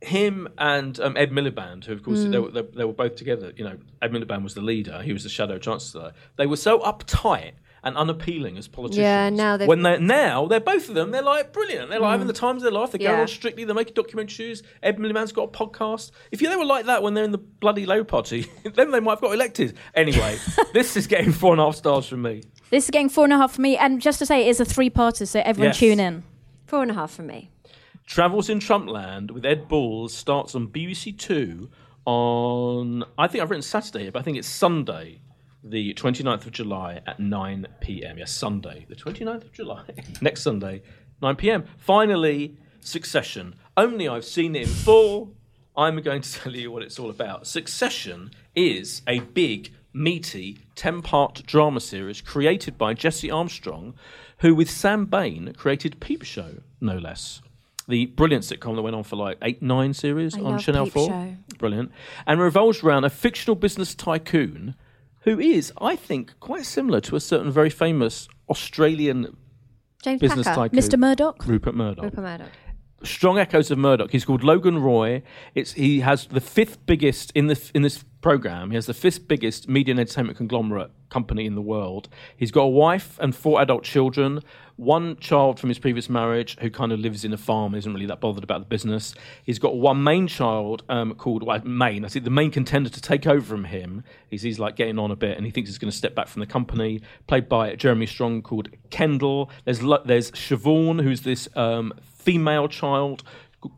him and um, Ed Miliband, who of course Mm. they, were, they, they were both together. You know, Ed Miliband was the leader; he was the shadow chancellor. They were so uptight and unappealing as politicians. Yeah, now they've- when they now they're both of them, they're like brilliant. They're like having the times of their life. They go Yeah. on strictly. They're making documentaries. Ed Miliband's got a podcast. If they were like that when they're in the bloody Labour Party, [laughs] then they might have got elected. Anyway, this is getting four and a half stars from me. This is getting four and a half for me. And just to say, it is a three-parter, so everyone Yes. tune in. Four and a half from me. Travels in Trumpland with Ed Balls starts on BBC Two on, I think I've written Saturday, but I think it's Sunday, the 29th of July at 9 pm. Yes, Sunday, the 29th of July, [laughs] next Sunday, 9 pm. Finally, Succession. Only I've seen it in full. I'm going to [laughs] tell you what it's all about. Succession is a big, meaty, 10 part drama series created by Jesse Armstrong, who, with Sam Bain, created Peep Show, no less the brilliant sitcom that went on for like eight, nine series on love Channel Peep 4. Show. Brilliant. And revolves around a fictional business tycoon who is, I think, quite similar to a certain very famous Australian James business Packer. tycoon. Mr. Murdoch. Rupert Murdoch. Rupert Murdoch. Strong echoes of Murdoch. He's called Logan Roy. It's he has the fifth biggest in the in this program. He has the fifth biggest media and entertainment conglomerate company in the world. He's got a wife and four adult children. One child from his previous marriage who kind of lives in a farm, isn't really that bothered about the business. He's got one main child um, called well, main. I think the main contender to take over from him is he's like getting on a bit and he thinks he's going to step back from the company. Played by Jeremy Strong called Kendall. There's lo- there's Siobhan who's this um, female child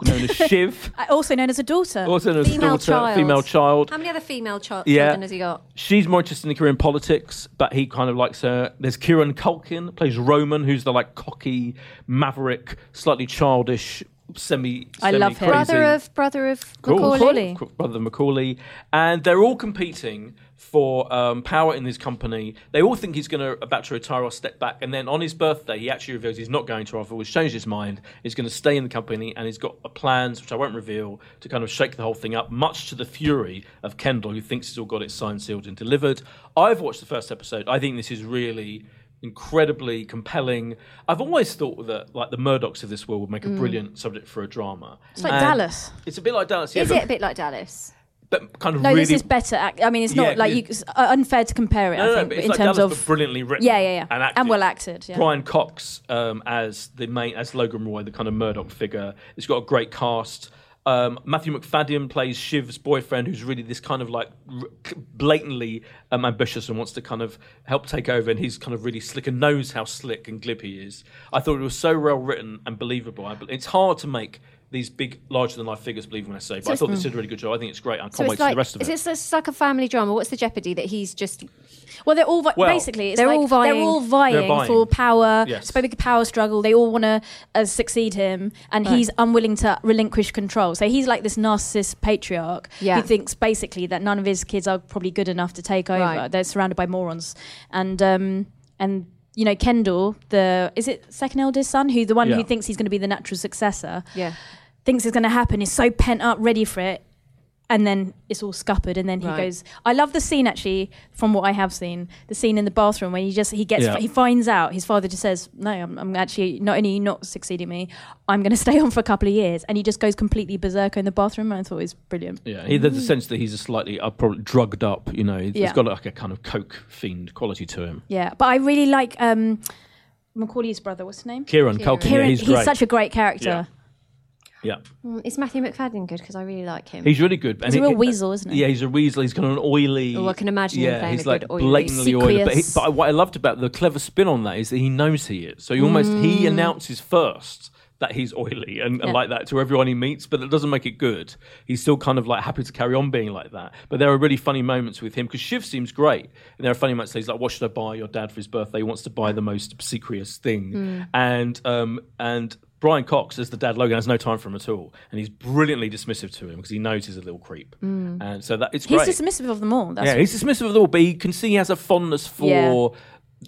known [laughs] as Shiv, Uh, Also known as a daughter. also known as a Female daughter, child. female child. How many other female child- Yeah. children has he got? She's more interested in the career in politics, but he kind of likes her. There's Kieran Culkin plays Roman, who's the like cocky, maverick, slightly childish, semi. I love him. semi-crazy- Brother of brother of Cool. Macaulay. Macaulay. Qu- Brother Macaulay. And they're all competing for um, power in this company. They all think he's going to about to retire or step back. And then on his birthday, he actually reveals he's not going to offer, he's changed his mind. He's going to stay in the company and he's got a plans, which I won't reveal, to kind of shake the whole thing up, much to the fury of Kendall, who thinks he's all got it signed, sealed, and delivered. I've watched the first episode. I think this is really incredibly compelling. I've always thought that like the Murdochs of this world would make a brilliant subject for a drama. Mm. It's like And Dallas. It's a bit like Dallas. Yeah, Is but- it a bit like Dallas? but kind of No, really. this is better. act- I mean, it's not Yeah, like it- you. It's uh, unfair to compare it. no, no, I no, think but it's in like terms Dallas, of but brilliantly written. Yeah, yeah, yeah. and acted. And well acted, yeah. Brian Cox um, as the main, as Logan Roy, the kind of Murdoch figure. It's got a great cast. Um, Matthew McFadden plays Shiv's boyfriend, who's really this kind of like r- blatantly um, ambitious and wants to kind of help take over. And he's kind of really slick and knows how slick and glib he is. I thought it was so well written and believable. I, bel- it's hard to make these big, larger than life figures believe when I say, but I thought mm. this did a really good job. I think it's great. I can't So wait to it's see like the rest of it. is it- it's like a family drama. What's the jeopardy that he's just Well, they're all vi- Well- basically. It's They're like all vying- They're all vying, They're vying. for power. Yes. It's a big power struggle. They all want to uh, succeed him, and he's unwilling to relinquish control. So he's like this narcissist patriarch Yeah. who thinks basically that none of his kids are probably good enough to take over. Right. They're surrounded by morons, and um, and you know Kendall, the is it second eldest son, who the one Yeah. who thinks he's going to be the natural successor, yeah thinks is going to happen is so pent up, ready for it, and then it's all scuppered. And then he Right. goes. I love the scene actually, from what I have seen, the scene in the bathroom when he just he gets Yeah. he finds out his father just says, "No, I'm, I'm actually not only not succeeding me, I'm going to [laughs] stay on for a couple of years," and he just goes completely berserker in the bathroom. And I thought it was brilliant. Yeah, he, there's a sense that he's a slightly uh, probably drugged up. You know, he's he's Yeah. got like a kind of coke fiend quality to him. Yeah, but I really like um, Macaulay's brother. What's his name? Kieran, Culkin, Kieran. yeah, he's, he's great. such a great character. yeah, Mm, is Matthew McFadden good because I really like him. he's really good. And He's a real weasel, isn't he? Yeah, he's a weasel. He's kind of an oily. Oh, I can imagine him yeah, playing he's a like good oily- blatantly oily. But, he, Sequoias. but what I loved about the clever spin on that is that he knows he is. So he almost he announces first that he's oily and, and like that to everyone he meets, but that doesn't make it good. He's still kind of like happy to carry on being like that. But there are really funny moments with him because Shiv seems great, and there are funny moments. He's like, "What should I buy your dad for his birthday? He wants to buy the most obsequious thing," and um and. Brian Cox as the dad Logan has no time for him at all, and he's brilliantly dismissive to him because he knows he's a little creep, and so that it's He's great. dismissive of them all. That's Yeah, he's dismissive of the all, but you can see he has a fondness for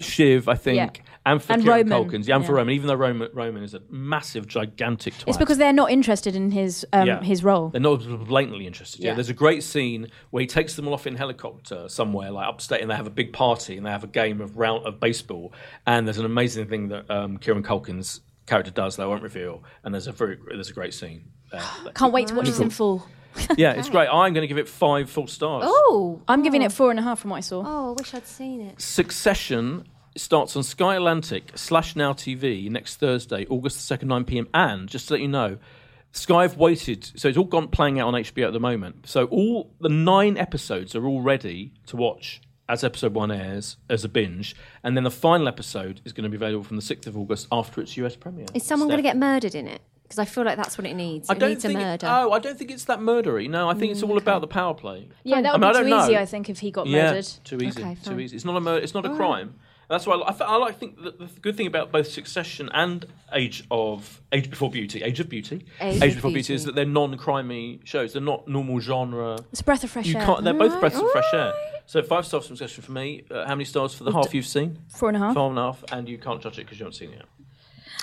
Shiv, I think, Yeah. and for And Kieran Roman. Culkins, yeah, and for Yeah. Roman, even though Roman, Roman is a massive, gigantic twat. It's because they're not interested in his um, Yeah. his role. They're not blatantly interested. Yeah. Yeah. there's a great scene where he takes them all off in helicopter somewhere, like upstate, and they have a big party and they have a game of round of baseball. And there's an amazing thing that um, Kieran Culkin's character does that I won't reveal. And there's a very there's a great scene. [gasps] there. Can't wait to watch this in full. yeah, it's great. I'm going to give it five full stars. Oh, I'm giving it four and a half from what I saw. oh, I wish I'd seen it. Succession starts on Sky Atlantic slash Now TV next Thursday, August the 2nd, 9 pm. And just to let you know, Sky have waited, so it's all gone playing out on HBO at the moment. So all the nine episodes are all ready to watch as episode one airs as a binge. And then the final episode is going to be available from the 6th of August after its US premiere. Is someone Steph? going to get murdered in it? Because I feel like that's what it needs. I it don't needs think a murder. Mm, oh, I don't think it's that murdery. No, I think it's all about the power play. Yeah, that I would mean, I be don't too know. easy, I think, if he got murdered. Too easy. Okay, too fine. easy. It's not a murder. It's not a crime. That's why I, I, fe- I like think the, the good thing about both Succession and Age of Age Before Beauty, Age of Beauty, Age of Before Beauty. is Beauty. that they're non-crimey shows. They're not normal genre. It's a breath of fresh You air. can't. They're both breaths of fresh air. So five stars from Succession for me. Uh, how many stars for the half you've seen? Four and a half. Four and a half, and you can't judge it because you haven't seen it. yet.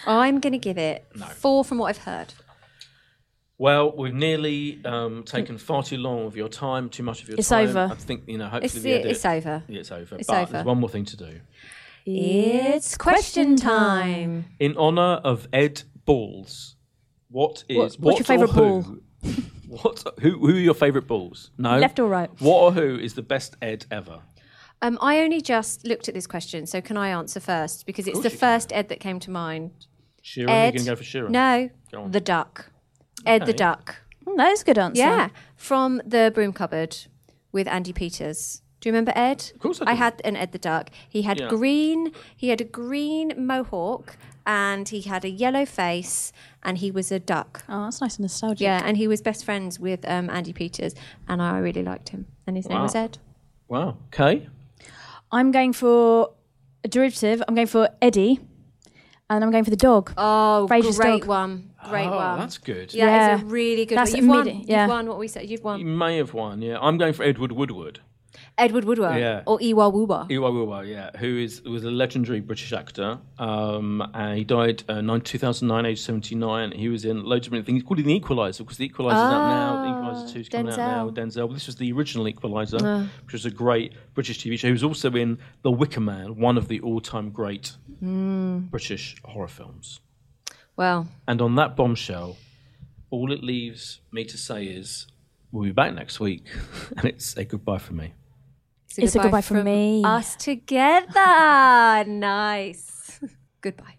I'm going to give it four from what I've heard. Well, we've nearly um, taken far too long of your time, too much of your It's time. over. I think you know. Hopefully, It's, the edit- it's over. Yeah, It's over. It's but over. there's one more thing to do. It's question time. In honor of Ed Balls, what is What- what's your favourite or who- [laughs] What who who are your favorite balls? No. Left or right? What or who is the best Ed ever? Um, I only just looked at this question, so can I answer first? Because it's the first Ed that came to mind. Sheeran. You're Ed. gonna go for Sheeran. No, Go on. the duck. Ed the Okay. duck. Mm, that is a good answer. Yeah, from the broom cupboard with Andy Peters. Do you remember Ed? Of course I do. I had an Ed the Duck. He had Yeah. green. He had a green mohawk, and he had a yellow face, and he was a duck. Oh, that's nice and nostalgic. Yeah, and he was best friends with um, Andy Peters, and I really liked him. And his name was Wow. Ed. Wow. Okay. I'm going for a derivative. I'm going for Eddie, and I'm going for the dog. Oh, Fraser's great dog. one, great oh, one. that's good. Yeah, it's a Yeah. really good. That's one. You've won. immediate- yeah. You've won what we said. You've You won. may have won. Yeah, I'm going for Edward Woodward. Edward Woodward Yeah. or Iwa Wuba. Iwa Iwa, yeah, who is was a legendary British actor. Um, and he died uh, nine, 2009, age 79. He was in loads of different things. He's called in The Equalizer because The Equalizer's out now. The Equalizer 2 is coming out now. Denzel. This was the original Equalizer, which was a great British TV show. He was also in The Wicker Man, one of the all time great British horror films. Well, And on that bombshell, all it leaves me to say is we'll be back next week. [laughs] and it's a goodbye from me. It's a goodbye from me. Us together. [laughs] nice. [laughs] goodbye.